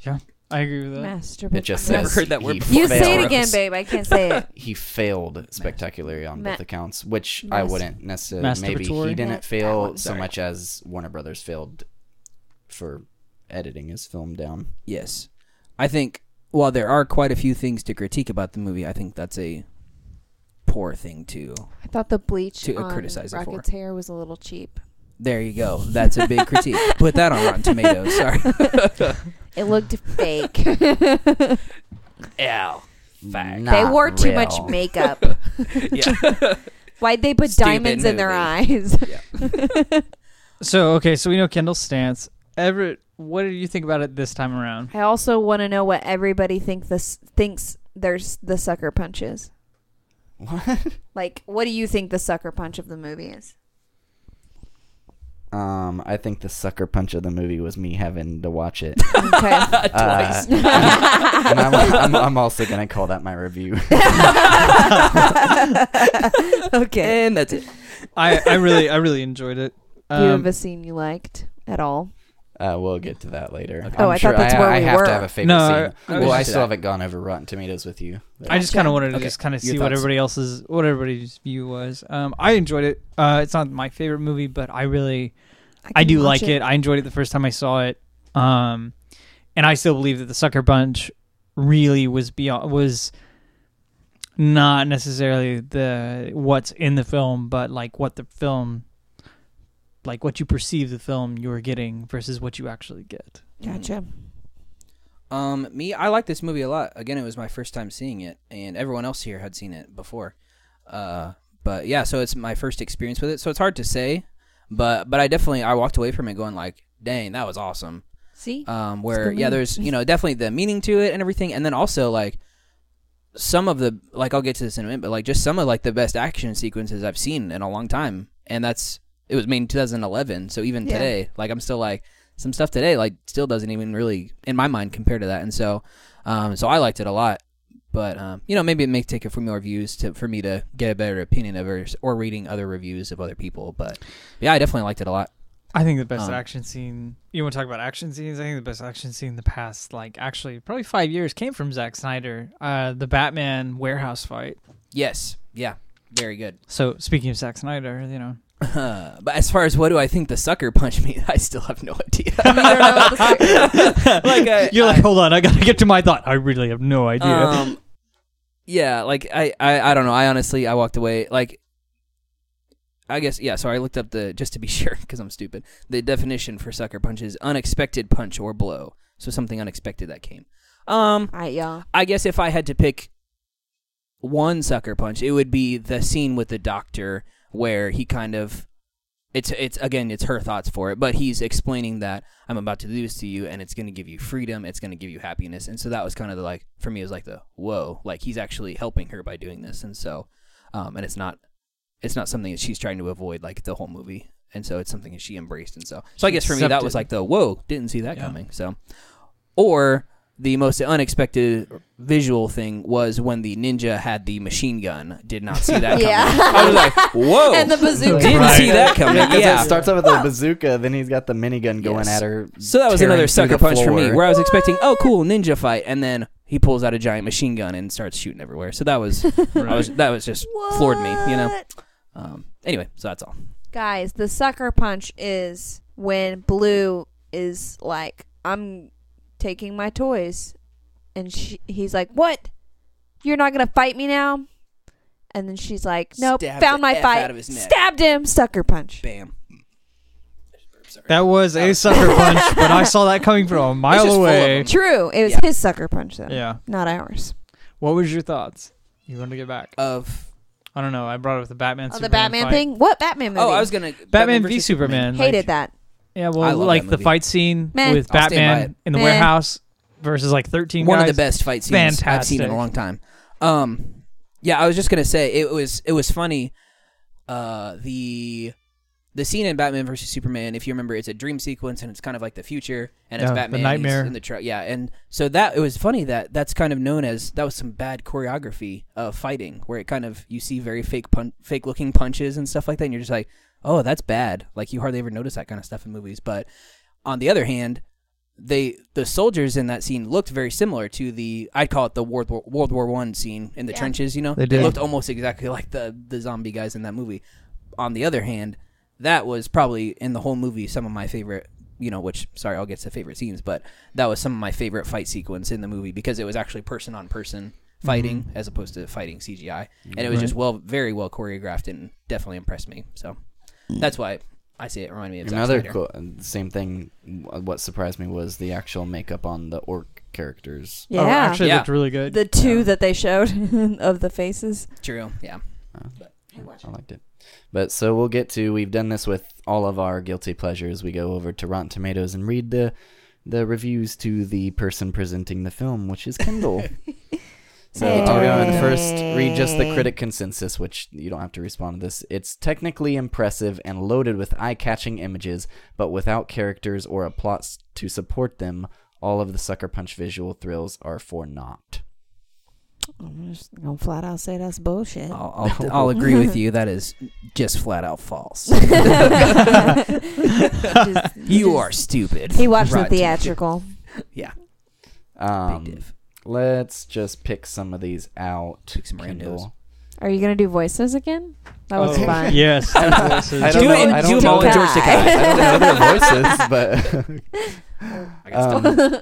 Yeah, I agree with that. masturbate. It just Never says heard that word he before. [LAUGHS] you failed. say it again, babe. I can't say [LAUGHS] it. He failed spectacularly on Ma- both accounts, which I Mas- wouldn't necessarily. Maybe Masturbatory? he Yeah, didn't fail so sorry. much as Warner Brothers failed for editing his film down. Yes. I think while there are quite a few things to critique about the movie, I think that's a poor thing to. I thought the bleach To, uh, on criticize it for. Rocketeer was a little cheap. There you go. That's a big [LAUGHS] critique. Put that on Rotten Tomatoes. Sorry. It looked [LAUGHS] fake. [LAUGHS] Ow. Fact. Not they wore too much real. makeup. [LAUGHS] Yeah. [LAUGHS] Why'd they put Stupid diamonds in their movie. eyes? [LAUGHS] So okay, so we know Kendall's stance. Everett, what do you think about it this time around? I also want to know what everybody think this thinks there's the sucker punch is. What? Like, what do you think the sucker punch of the movie is? [LAUGHS] Um, I think the sucker punch of the movie was me having to [LAUGHS] watch it. Okay. [LAUGHS] Uh, [LAUGHS] and I'm, I'm, I'm also gonna call that my review. [LAUGHS] Uh, okay. And that's it. I, I really I really enjoyed it. Do [LAUGHS] [LAUGHS] you Um, have a scene you liked at all? Uh, we'll get to that later. Oh, I thought that's I, where I we have were. to have a favorite No, I- scene. I was well, I just- still haven't gone over Rotten Tomatoes with you. but- I just kind of wanted to Okay. just kind of Your see what thoughts. everybody else's what everybody's view was. Um, I enjoyed it. Uh, it's not my favorite movie, but I really I, can do watch like it. I enjoyed it the first time I saw it. Um, and I still believe that the Sucker Punch really was beyond was not necessarily the what's in the film, but like what the film, like what you perceive the film you're getting versus what you actually get. Gotcha. Um, me, I like this movie a lot. Again, it was my first time seeing it, and everyone else here had seen it before. Uh, but yeah, so it's my first experience with it, so it's hard to say. But but I definitely I walked away from it going like, dang, that was awesome. See? Um, where the yeah, meaning. there's you know definitely the meaning to it and everything, and then also like some of the like I'll get to this in a minute, but like just some of like the best action sequences I've seen in a long time, and that's it was made in 2011, so even Yeah. today, like I'm still like some stuff today like still doesn't even really in my mind compare to that, and so um, so I liked it a lot. But um, you know, maybe it may take a few more reviews to for me to get a better opinion of it, or reading other reviews of other people. But yeah, I definitely liked it a lot. I think the best Um, action scene you want to talk about action scenes. I think the best action scene in the past, like actually probably five years, came from Zack Snyder, uh, the Batman warehouse fight. Yes, yeah, very good. So speaking of Zack Snyder, [LAUGHS] you know, Uh, but as far as what do I think the sucker punch [LAUGHS] me, I still have no idea. [LAUGHS] like I, you're like, hold on, I gotta get to my thought. I really have no idea. um, yeah, like I, I, I don't know. I honestly, I walked away like. I guess yeah. So I looked up the just to be [LAUGHS] sure because I'm stupid. The definition for sucker punch is unexpected punch or blow. So something unexpected that came. Um, All right, y'all. I guess if I had to pick one sucker punch, it would be the scene with the doctor where he kind of it's it's again it's her thoughts for it, but he's explaining that I'm about to do this to you and it's going to give you freedom, it's going to give you happiness. And so that was kind of the like for me it was like the whoa, like he's actually helping her by doing this. And so um and it's not it's not something that she's trying to avoid like the whole movie. And so it's something that she embraced and so. So I She guess for me that accepted. was like the whoa, didn't see that Yeah. coming. So or the most unexpected visual thing was when the ninja had the machine gun. Did not see [LAUGHS] that coming. Yeah. I was like, whoa. [LAUGHS] And the bazooka. Didn't Right. see that coming. [LAUGHS] Yeah, 'cause yeah. it starts off with a bazooka, then he's got the minigun going Yes. at her. so that was tearing another through sucker the punch for me, floor. where I was expecting, oh, cool, ninja fight, and then he pulls out a giant machine gun and starts shooting everywhere. So that was, [LAUGHS] I was that was just floored me, you know. What? Um, anyway, so that's all. Guys, the sucker punch is when Blue is like, I'm taking my toys. And she, he's like, What? You're not going to fight me now? And then she's like, Nope, Stabbed found the my F fight. out of his neck. Stabbed him. Sucker punch. Bam. that was a sucker punch, but I saw that coming from a It's mile just full of away. True. It was Yeah. his sucker punch, though, Yeah. not ours. What was your thoughts? You want to get back? Of I don't know. I brought up the Batman. Oh, the Superman Batman fight. thing? What Batman movie? oh, I was gonna Batman, v versus Superman. like- Hated that. Oh, Yeah, I well, love like that the movie. fight scene Meh. with I'll stand by Batman it. in the Meh. warehouse versus like thirteen one guys. of the best fight scenes I've seen in Fantastic. a long time. Um, yeah, I was just gonna say it was it was funny. Uh, the the scene in Batman versus Superman, if you remember, it's a dream sequence and it's kind of like the future and it's Yeah, the Batman nightmare. he's in the truck. Yeah, and so that it was funny that that's kind of known as that was some bad choreography of fighting where it kind of you see very fake pun- fake looking punches and stuff like that, and you're just like, oh, that's bad. Like you hardly ever notice that kind of stuff in movies, but on the other hand, they the soldiers in that scene looked very similar to the I'd call it the World War, World War One scene in the Yeah. trenches. You know, They did. looked almost exactly [LAUGHS] like the the zombie guys in that movie. On the other hand, that was probably in the whole movie some of my favorite. You know, which sorry, I'll get to favorite scenes, but that was some of my favorite fight sequence in the movie because it was actually person on person fighting as opposed to fighting CGI, and it was Mm-hmm. Right. just well, very well choreographed and definitely impressed me. So Mm. that's why I see it reminded me of Zack Another Snyder. cool, same thing. w- What surprised me was the actual makeup on the orc characters. Oh, Yeah. actually Yeah. looked really good. the two that they showed [LAUGHS] of the faces. True, yeah. I liked it. But so we'll get to we've done this with all of our guilty pleasures. We go over to Rotten Tomatoes and read the the reviews to the person presenting the film, which [LAUGHS] is Kendall. so I'll go and first read just the critic consensus, which you don't have to respond to this. It's technically impressive and loaded with eye-catching images, but without characters or a plot s- to support them, all of the sucker punch visual thrills are for naught. I'm just gonna flat out say that's [LAUGHS] bullshit. I'll, I'll, I'll agree with you. That is just flat out [LAUGHS] false. Just- you just- are stupid. [LAUGHS] He watched the Rotten. theatrical. Yeah, Um, big diff. Let's just pick some of these out. Pick some randos. Are you gonna do voices again? That was Oh, fun. [LAUGHS] Yes. [LAUGHS] I don't do know- it. I do don't them all know in George that. Takei. I don't know their voices, but. um,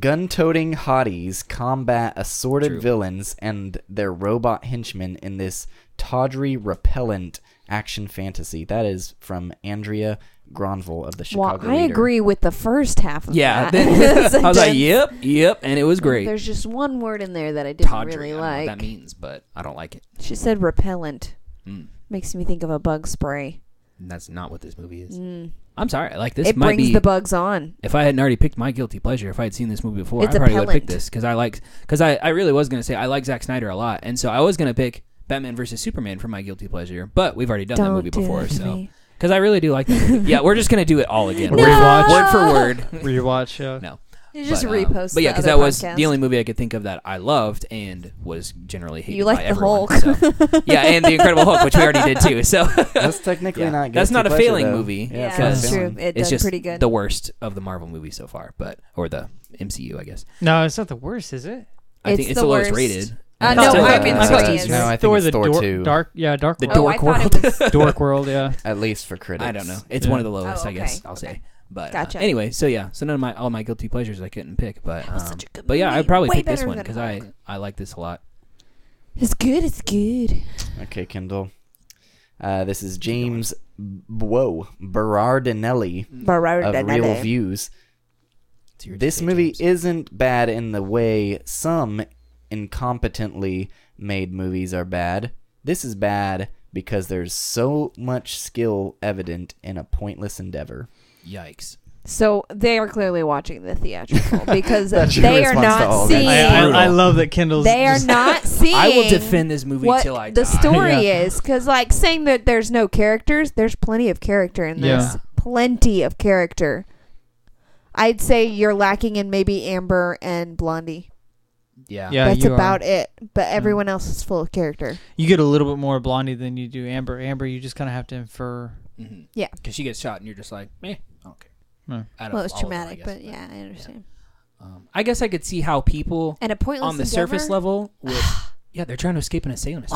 Gun toting hotties combat assorted True. villains and their robot henchmen in this tawdry, repellent action fantasy. That is from Andrea Granville of the Well, Chicago I Reader. agree with the first half [LAUGHS] of Yeah, [LAUGHS] that. then- [LAUGHS] I was like, Sentence. yep, yep, and it was great. There's just one word in there that I didn't Tawdry, I don't really know what like. that means, but I don't like it. She said repellent. Mm. Makes me think of a bug spray. And that's not what this movie is. Mm. I'm sorry. Like this It might brings be. the bugs on. if I hadn't already picked my guilty pleasure, if I had seen this movie before, It's I probably would have appellant. picked this because I like because I, I really was gonna say I like Zack Snyder a lot, and so I was gonna pick Batman versus Superman for my guilty pleasure, but we've already done Don't that movie do before, that to so me. because I really do like that movie. yeah, we're just gonna do it all again, No! Rewatch. word for word. [LAUGHS] Rewatch. Yeah. No. You just but, um, repost. But yeah, because that was podcast. the only movie I could think of that I loved and was generally hated. You liked by the everyone, Hulk. so- yeah, and the Incredible Hulk, which we already did too. So That's technically Yeah. not. That's guilty not a pleasure, failing though. movie, Yeah, Yeah, it's not a that's failing. true. [LAUGHS] It it's does just pretty good. the worst of the Marvel movies so far, but or the MCU, I guess. No, it's not the worst, is it? I It's think it's the the lowest worst. rated. Uh, And no, it's I still- mean, uh, Thor it's- is- No, I think Thor it's the Thor Dor- two. Dark. Yeah, Dark. The World. oh, I dork thought it world. was- Dork [LAUGHS] World. Yeah. At least for critics. I don't know. It's Yeah. one of the lowest, Oh, I guess. okay, I'll okay. say. But uh, Gotcha. anyway, so yeah, so none of my all my guilty pleasures I couldn't pick, but was um, such a good but yeah, I movie. probably Way picked this better one than because I Hulk. I like this a lot. It's good. It's good. Okay, Kendall. Uh, this is James Whoa Berardinelli of Real Views. It's your This Jesse movie James. isn't bad in the way some incompetently made movies are bad. This is bad because there's so much skill evident in a pointless endeavor. yikes. So they are clearly watching [LAUGHS] the theatrical because That's your they are response to not all that. seeing. I, I, I Brutal. love that Kindle's. they are just- [LAUGHS] not seeing. I will defend this movie what till I the die. story Yeah. is because, like, saying that there's no characters, there's plenty of character in this. Yeah. Plenty of character. I'd say you're lacking in maybe Amber and Blondie. Yeah. Mm. Yeah, That's you are. about it. But everyone else is full of character. You get a little bit more Blondie than you do Amber. Amber, you just kind of have to infer. Mm-hmm. Yeah. Because she gets shot, and you're just like, eh, I don't care. Yeah. Out of Well, it's all of them, I traumatic, guess, but yeah, I understand. um, I guess I could see how people And a pointless on the endeavor? surface level [LAUGHS] [SIGHS] would. [SIGHS] yeah, they're trying to escape an assailant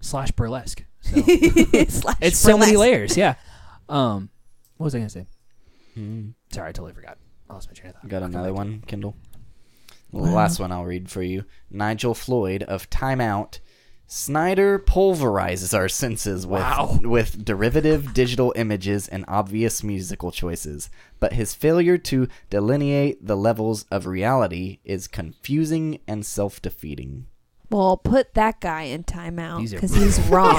slash burlesque. [LAUGHS] So, [LAUGHS] Slash it's so many burlesque. layers. Yeah. Um, what was I gonna say? Sorry, I totally forgot. I lost my train of [LAUGHS] thought. [LAUGHS] Got I'll come another back. one, Kendall? Last one I'll read for you. Nigel Floyd of Time Out. Snyder pulverizes our senses with Wow. with derivative digital images and obvious musical choices, but his failure to delineate the levels of reality is confusing and self-defeating. Well, put that guy in timeout These are because he's wrong.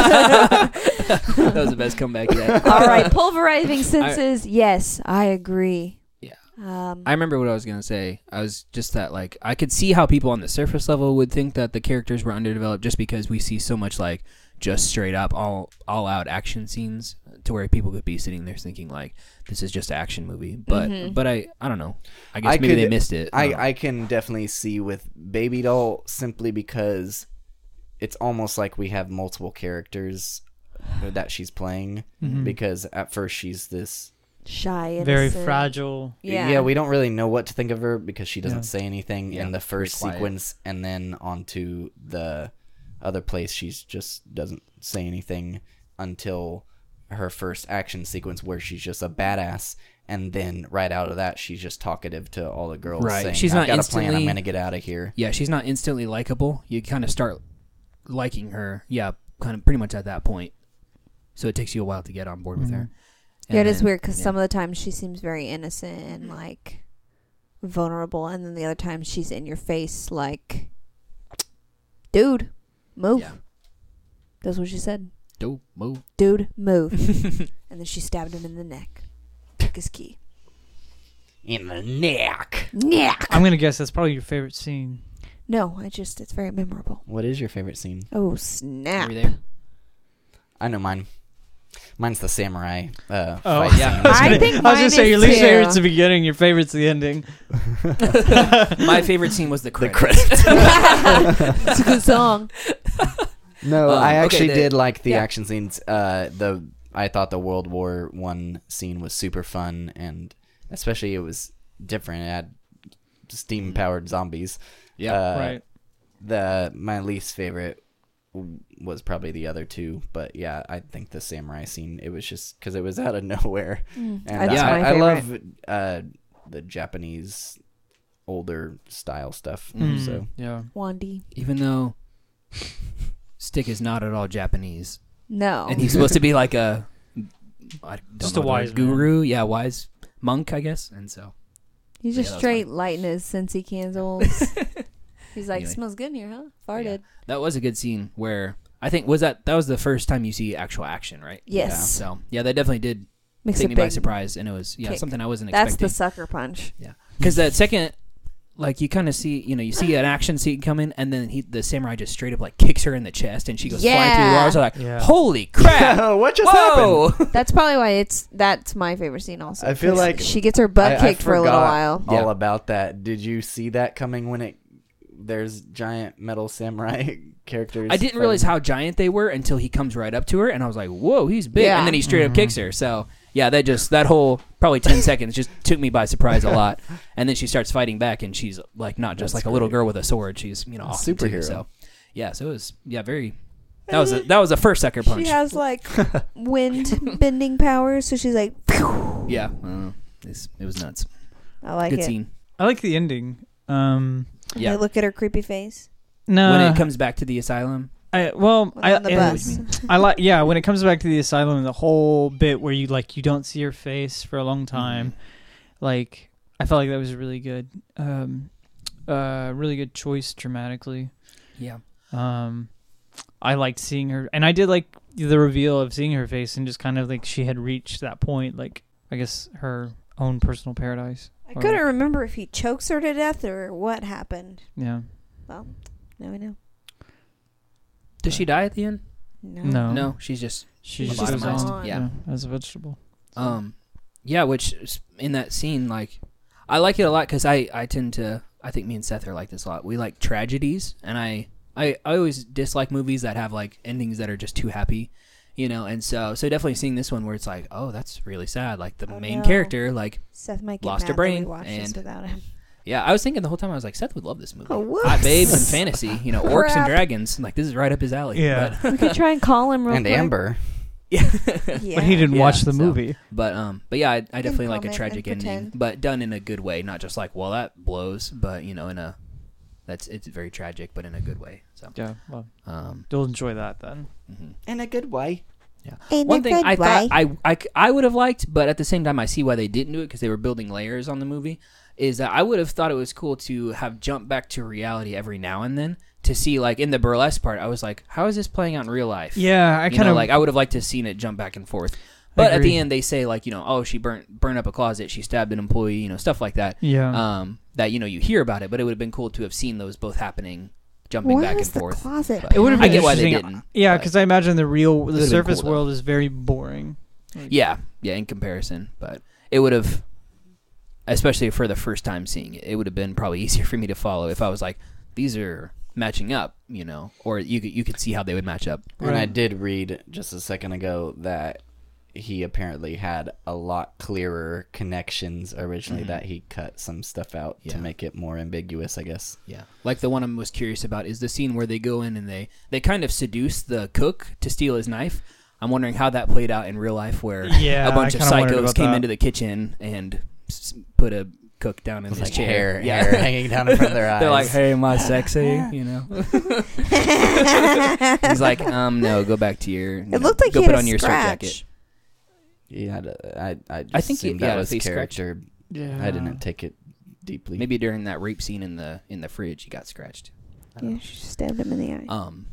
[LAUGHS] that was the best comeback yet. [LAUGHS] All right, pulverizing senses. yes, I agree. Yeah. Um, I remember what I was gonna say. I was just that like I could see how people on the surface level would think that the characters were underdeveloped just because we see so much like just straight up all all out action scenes to where people could be sitting there thinking like this is just an action movie. But Mm-hmm. but I I don't know. I guess I maybe could- they missed it. I, don't know. I can definitely see with Baby Doll simply because it's almost like we have multiple characters that she's playing Mm-hmm. because at first she's this shy, innocent. Very fragile. yeah. Yeah. we don't really know what to think of her because she doesn't Yeah. say anything Yeah, in the first very quiet. sequence and then onto the other place she's just doesn't say anything until her first action sequence where she's just a badass, and then right out of that she's just talkative to all the girls. Right. saying, She's I've not got a plan. I'm instantly- gonna get out of here. yeah, she's not instantly likable. You kind of start liking her, yeah, kind of pretty much at that point. So it takes you a while to get on board with her. Mm-hmm. yeah, it is then- weird because yeah. some of the times she seems very innocent and like vulnerable, and then the other times she's in your face, like, dude, move. Yeah. That's what she said. Dope move. Dude, move. and then she stabbed him in the neck. Took his key. In the neck. Neck. I'm gonna guess that's probably your favorite scene. No, I just it's very memorable. What is your favorite scene? Oh snap! Were you [LAUGHS] there? I know mine. Mine's the samurai. Uh, Oh, fight yeah. scene. I think [LAUGHS] I was gonna mine say is your least too. favorite's the beginning, your favorite's the ending. My favorite scene was the The credits. [LAUGHS] credits. it's a good song. no, Um, I okay, actually the- did like the yeah. action scenes. Uh, the I thought the World War One scene was super fun, and especially it was different. It had steam powered zombies. Yeah, Uh, right. The my least favorite w- was probably the other two, but yeah, I think the samurai scene. It was just because it was out of [LAUGHS] nowhere. Mm, And That's I, my I favorite. love uh, the Japanese older style stuff. Mm. So Hmm. yeah. Wandy. Even though Stick is not at all Japanese, No. and he's supposed to be like a I don't Just know a the wise word, guru, yeah, wise monk, I guess. And so He's Yeah, just that's straight lighting his [LAUGHS] Scentsy candles. He's like, Anyway. smells good in here, huh? Farted. that was a good scene where I think was that that was the first time you see actual action, right? Yes. Yeah, so yeah, that definitely did Makes take a me big. by surprise, and it was yeah kick. something I wasn't That's the expecting. sucker punch. Because that second, like you kind of see, you know, you see an action scene coming, and then he, the samurai just straight up like kicks her in the chest, and she goes flying through the Yeah. walls. I'm like, Yeah. holy [LAUGHS] crap! [LAUGHS] what just happened? Whoa! That's probably why it's that's my favorite scene. Also, I feel 'cause like she gets her butt I- I kicked for a little forgot while. All Yeah. about that. Did you see that coming when it? There's giant metal samurai [LAUGHS] characters. I didn't fighting- realize how giant they were until he comes right up to her, and I was like, whoa, he's big. Yeah. And then he straight up kicks her. So yeah, that just that whole probably ten seconds just took me by surprise a lot. And then she starts fighting back, and she's like not just That's like a little great. girl with a sword. She's you know awesome too, superhero. so yeah, so it was yeah very. That was a, that was the first sucker punch. She has [LAUGHS] like [LAUGHS] wind bending powers, so she's like, [LAUGHS] yeah, I don't know. It's- it was nuts. I like Good it. scene. I like the ending. Um And Yeah. They look at her creepy face. no, when it comes back to the asylum. I, well, When I, on the I- bus. I like yeah, when it comes back to the asylum, the whole bit where you like you don't see her face for a long time, Mm-hmm. like I felt like that was a really good, um, uh, really good choice dramatically. Yeah. Um, I liked seeing her, and I did like the reveal of seeing her face and just kind of like she had reached that point, like I guess her own personal paradise. [LAUGHS] I couldn't remember if he chokes her to death or what happened. Yeah. Well, now we know. Does she die at the end? No. No. No, she's just She She's just just goes on. gone. Yeah. Yeah. As a vegetable. um yeah, which is- in that scene like I like it a lot cuz I I tend to I think me and Seth are like this a lot. We like tragedies and I I, I always dislike movies that have like endings that are just too happy, you know. And so so definitely seeing this one where it's like, "Oh, that's really sad." Like the Oh, main no. character like Seth might get Lost mad her that brain we watched this and- [LAUGHS] without him. yeah, I was thinking the whole time I was like, Seth would love this movie. Oh, whoops. Hot [LAUGHS] babes and fantasy, you know, orcs and Crap. dragons. Like this is right up his alley. Yeah. But, [LAUGHS] We could try and call him real And quick. Amber. yeah. Yeah. But he didn't Yeah, watch the so- movie. But um, but yeah, I, I definitely like a comment tragic and ending, pretend. but done in a good way, not just like well that blows, but you know in a that's it's very tragic, but in a good way. So Yeah. Well, um, you'll enjoy that then. mhm. In a good way. Ain't one that thing good, I thought why? I, I c- I would have liked, but at the same time I see why they didn't do it because they were building layers on the movie. Is that I would have thought it was cool to have jumped back to reality every now and then to see like in the burlesque part, I was like, how is this playing out in real life? Yeah, I you kind know, of like I would have liked to have seen it jump back and forth. But at agree. the end, they say like you know, oh, she burnt burnt up a closet, she stabbed an employee, you know, stuff like that. Yeah. Um, that you know you hear about it, but it would have been cool to have seen those both happening, jumping Where back and is the forth. closet? But- It would've I been get why they interesting. didn't. Yeah, but- because I imagine the real would've the been surface cool, though. world is very boring. yeah, yeah, in comparison, but it would have, especially for the first time seeing it, it would have been probably [LAUGHS] easier for me to follow if I was like, these are matching up, you know, or you could you could see how they would match up. And I Right. did read just a second ago that he apparently had a lot clearer connections Mm-hmm. originally that he cut some stuff out to Yeah. make it more ambiguous, I guess. Yeah, like the one I was curious about is the scene where they go in and they they kind of seduce the cook to steal his knife. I'm wondering how that played out in real life, where Yeah, a bunch I of kinda wondered psychos about came that. into the kitchen and s- put a cook down in With, his like, chair. hair- hair hanging down in front of [LAUGHS] their They're like, eyes. "Hey, am I sexy?" You know. He's like, um, no, go back to your. It looked like go he put had a on your scratch. jacket. Yeah, I'd- I I, just I think you- assumed yeah, that was face scratch. character. Yeah. I didn't take it deeply. Maybe during that rape scene in the in the fridge, he got scratched. Yeah, she stabbed him in the eye. Um,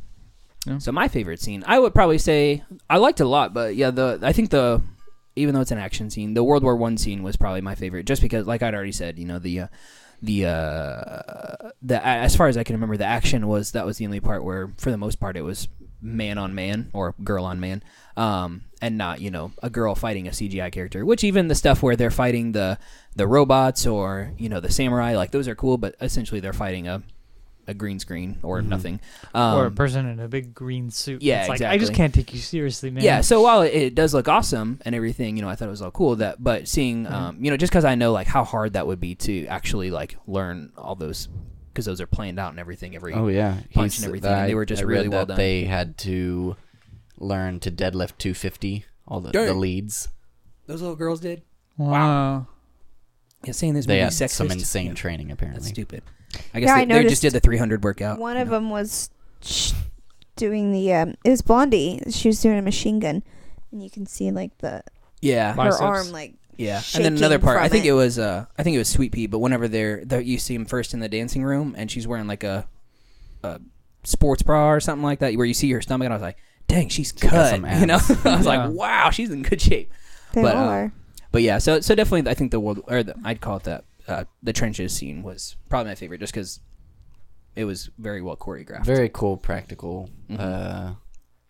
Yeah. so my favorite scene, I would probably say I liked it a lot, but yeah, the I think the even though it's an action scene, the World War One scene was probably my favorite, just because, like I'd already said, you know the. Uh, the uh the as far as i can remember the action was that was the only part where for the most part it was man on man or girl on man um and not you know a girl fighting a cgi character which even the stuff where they're fighting the the robots or you know the samurai like those are cool but essentially they're fighting a a green screen or nothing um, or a person in a big green suit. yeah, it's like I just exactly. can't take you seriously, man. Yeah, so uh, while it, it does look awesome and everything, you know, I thought it was all cool. That, but seeing, Mm-hmm. um, you know, just because I know like how hard that would be to actually like learn all those, because those are planned out and everything. Every Oh yeah, punch He's- and everything, and they were just I really read well that done. They had to learn to deadlift 250. All the, the Dang. leads. those little girls did. Wow. Yeah, saying this They movie had sexist. some insane training That's apparently. stupid. I guess Yeah, I they, they noticed just did the 300 workout. One you of know. them was sh- doing the. Um, it was Blondie. She was doing a machine gun, and you can see like the Yeah, Biceps. her arm like. Yeah, and then another part. I think it, was uh, I think it was Sweet Pea. But whenever they're, they you see him first in the dancing room, and she's wearing like a, a sports bra or something like that, where you see her stomach, and I was like, dang, she's got cut. some [LAUGHS] You know, I abs. was Yeah. like, wow, she's in good shape. They but, all uh, are. But yeah, so so definitely, I think the world or the, I'd call it that uh, the trenches scene was probably my favorite, just because it was very well choreographed. Very cool, practical. Mhm. Uh,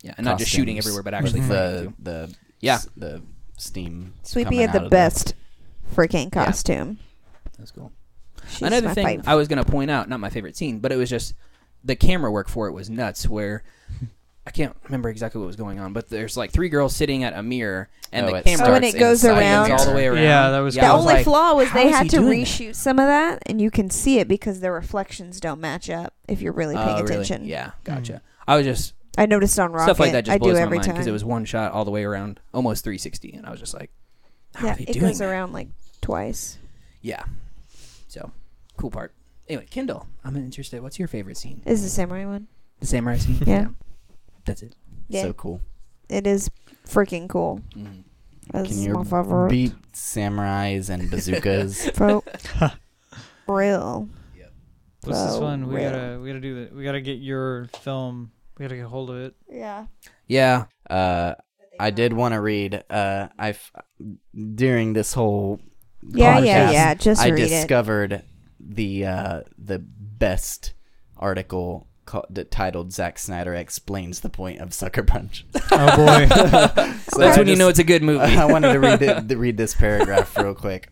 yeah, and not just shooting costumes Mm-hmm. everywhere, but with actually fighting, the too. the Yeah. s- the steam. Sweet coming Pea had out the of best freaking Yeah. costume. That's cool. She's Another my thing five. I was going to point out, not my favorite scene, but it was just the camera work for it was nuts. [LAUGHS] Where I can't remember exactly what was going on, but there's like three girls sitting at a mirror, and Oh, the it camera Oh, and it starts goes inside spins around. all the way around. Yeah, that was the I I only like, flaw was "How they is had he to doing that?" reshoot some of that, and you can see it because the reflections don't match up if you're really paying "Oh, really? attention. Yeah, Mm. gotcha. I was just I noticed on Rocket. stuff like that just I blows do my every mind time. because it was one shot all the way around, almost 360, and I was just like, how yeah, are they it doing goes that? around like twice. Yeah, so cool part. Anyway, Kendall, I'm interested. What's your favorite scene? Is the samurai one? The samurai scene. Yeah. that's it. Yeah, So cool. it is freaking cool. Mhm. That's Can my you favorite. beat samurais and bazookas? [LAUGHS] Fo- real. What's this Oh, one? We real. gotta we gotta do that. We gotta get your film. We gotta get hold [LAUGHS] of it. Yeah. [LAUGHS] Yeah, uh, I did want to read. Uh, I f- during this whole Yeah, yeah, podcast, yeah. Just I read it. discovered the uh, the best article ca- d- titled "Zack Snyder explains the point of Sucker Punch." Oh boy. So that's when I you just- know it's a good movie. [LAUGHS] I wanted to read it, to read this paragraph real quick.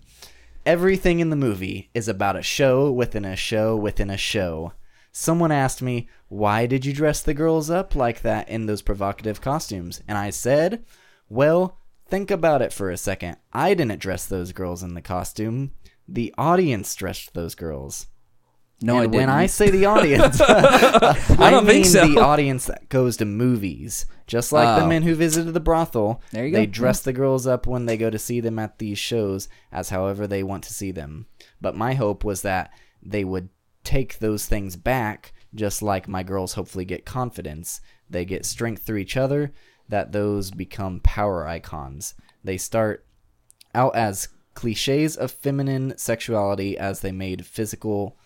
Everything in the movie is about a show within a show within a show. Someone asked me, "Why did you dress the girls up like that in those provocative costumes?" And I said, "Well, think about it for a second. I didn't dress those girls in the costume. The audience dressed those girls." no, and when wouldn't. I say [LAUGHS] the audience, I, don't mean think so. the audience that goes to movies, just like the Oh. men who visited the brothel. There you They go. dress the girls up when they go to see them at these shows as however they want to see them. But my hope was that they would take those things back, just like my girls hopefully get confidence. They get strength through each other, that those become power icons. They start out as cliches of feminine sexuality as they made physical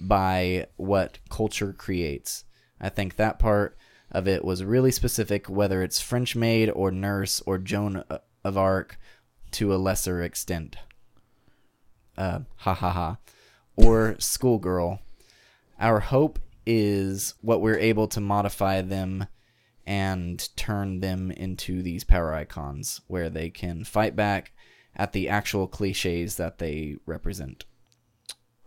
by what culture creates. I think that part of it was really specific, whether it's French maid or nurse or Joan of Arc to a lesser extent. Uh, ha ha ha. Or schoolgirl. Our hope is what we're able to modify them and turn them into these power icons where they can fight back at the actual cliches that they represent.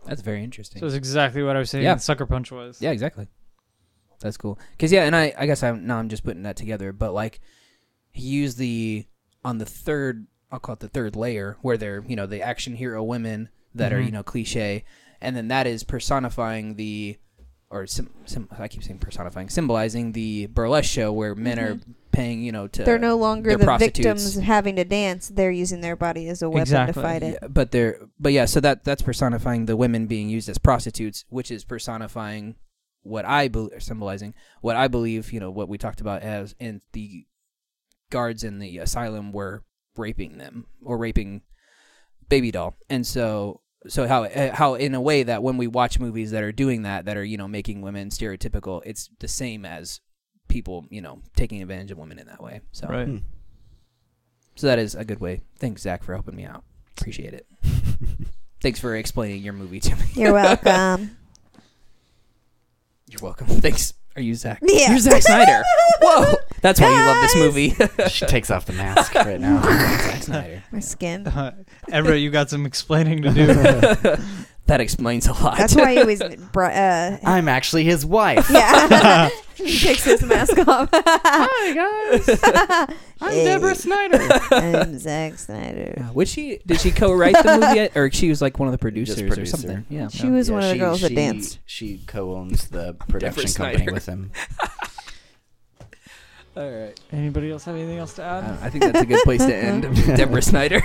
that's very interesting. [LAUGHS] [LAUGHS] so it's exactly what I was saying. Yeah. Sucker Punch was. Yeah, exactly. That's cool. Cause yeah, and I, I guess I'm now I'm just putting that together, but like he used the on the third I'll call it the third layer where they're you know the action hero women that are you know cliche, and then that is personifying the or sim, sim, I keep saying personifying, symbolizing the burlesque show where men are paying, you know, to they're no longer they're the prostitutes. victims having to dance. They're using their body as a weapon to Exactly. fight it. Yeah, but they're but yeah, so that that's personifying the women being used as prostitutes, which is personifying what I believe, symbolizing what I believe, you know, what we talked about as and the guards in the asylum were raping them or raping baby doll, and so so how eh, how in a way that when we watch movies that are doing that that are you know making women stereotypical, it's the same as people you know taking advantage of women in that way. So Right. Hmm. so that is a good way. Thanks, Zach, for helping me out. Appreciate it. Thanks for explaining your movie to me. [LAUGHS] You're welcome. You're welcome. Thanks. Are you [LAUGHS] Zach? Yeah. You're Zack [LAUGHS] Snyder. Whoa. That's why you love this Guys! movie. she takes off the mask right [LAUGHS] now. Zack Snyder. My [LAUGHS] skin. Mm. [LAUGHS] Everett, you got some explaining to do. [LAUGHS] That explains a lot. [LAUGHS] That's why he was. Br- uh, I'm actually his wife. yeah. [LAUGHS] he takes his mask [LAUGHS] off. Hi guys, [LAUGHS] I'm Hey. Deborah Snyder. I'm Zack Snyder. Yeah, Would she? Did she co-write the movie, or she was like one of the producers or producer. something? [LAUGHS] Yeah. She was Yeah, one of the she- girls she- that danced. She co-owns the production company Snyder. with him. All right. Anybody else have anything else to add? Uh, I think that's a good place to [LAUGHS] end. Deborah Snyder.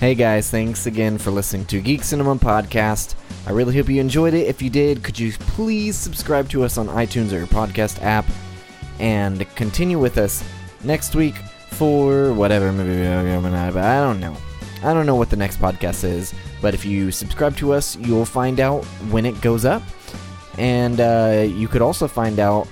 Hey guys, thanks again for listening to Geek Cinema Podcast. I really hope you enjoyed it. If you did, could you please subscribe to us on iTunes or your podcast app and continue with us next week for whatever maybe I don't know. I don't know what the next podcast is, but if you subscribe to us, you'll find out when it goes up. And uh, you could also find out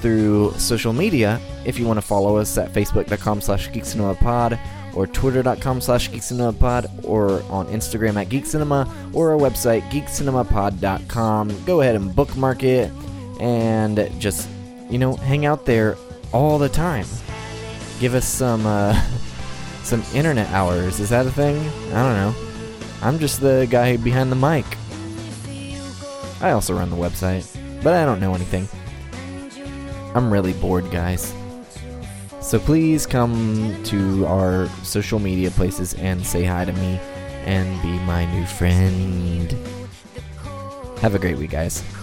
through social media if you want to follow us at facebook.com slash geekcinemapod or twitter.com slash geekcinemapod or on Instagram at geekcinema or our website geekcinemapod.com. Go ahead and bookmark it and just, you know, hang out there all the time. Give us some, uh, [LAUGHS] some internet hours. Is that a thing? I don't know. I'm just the guy behind the mic. I also run the website, but I don't know anything. I'm really bored, guys. So please come to our social media places and say hi to me and be my new friend. Have a great week, guys.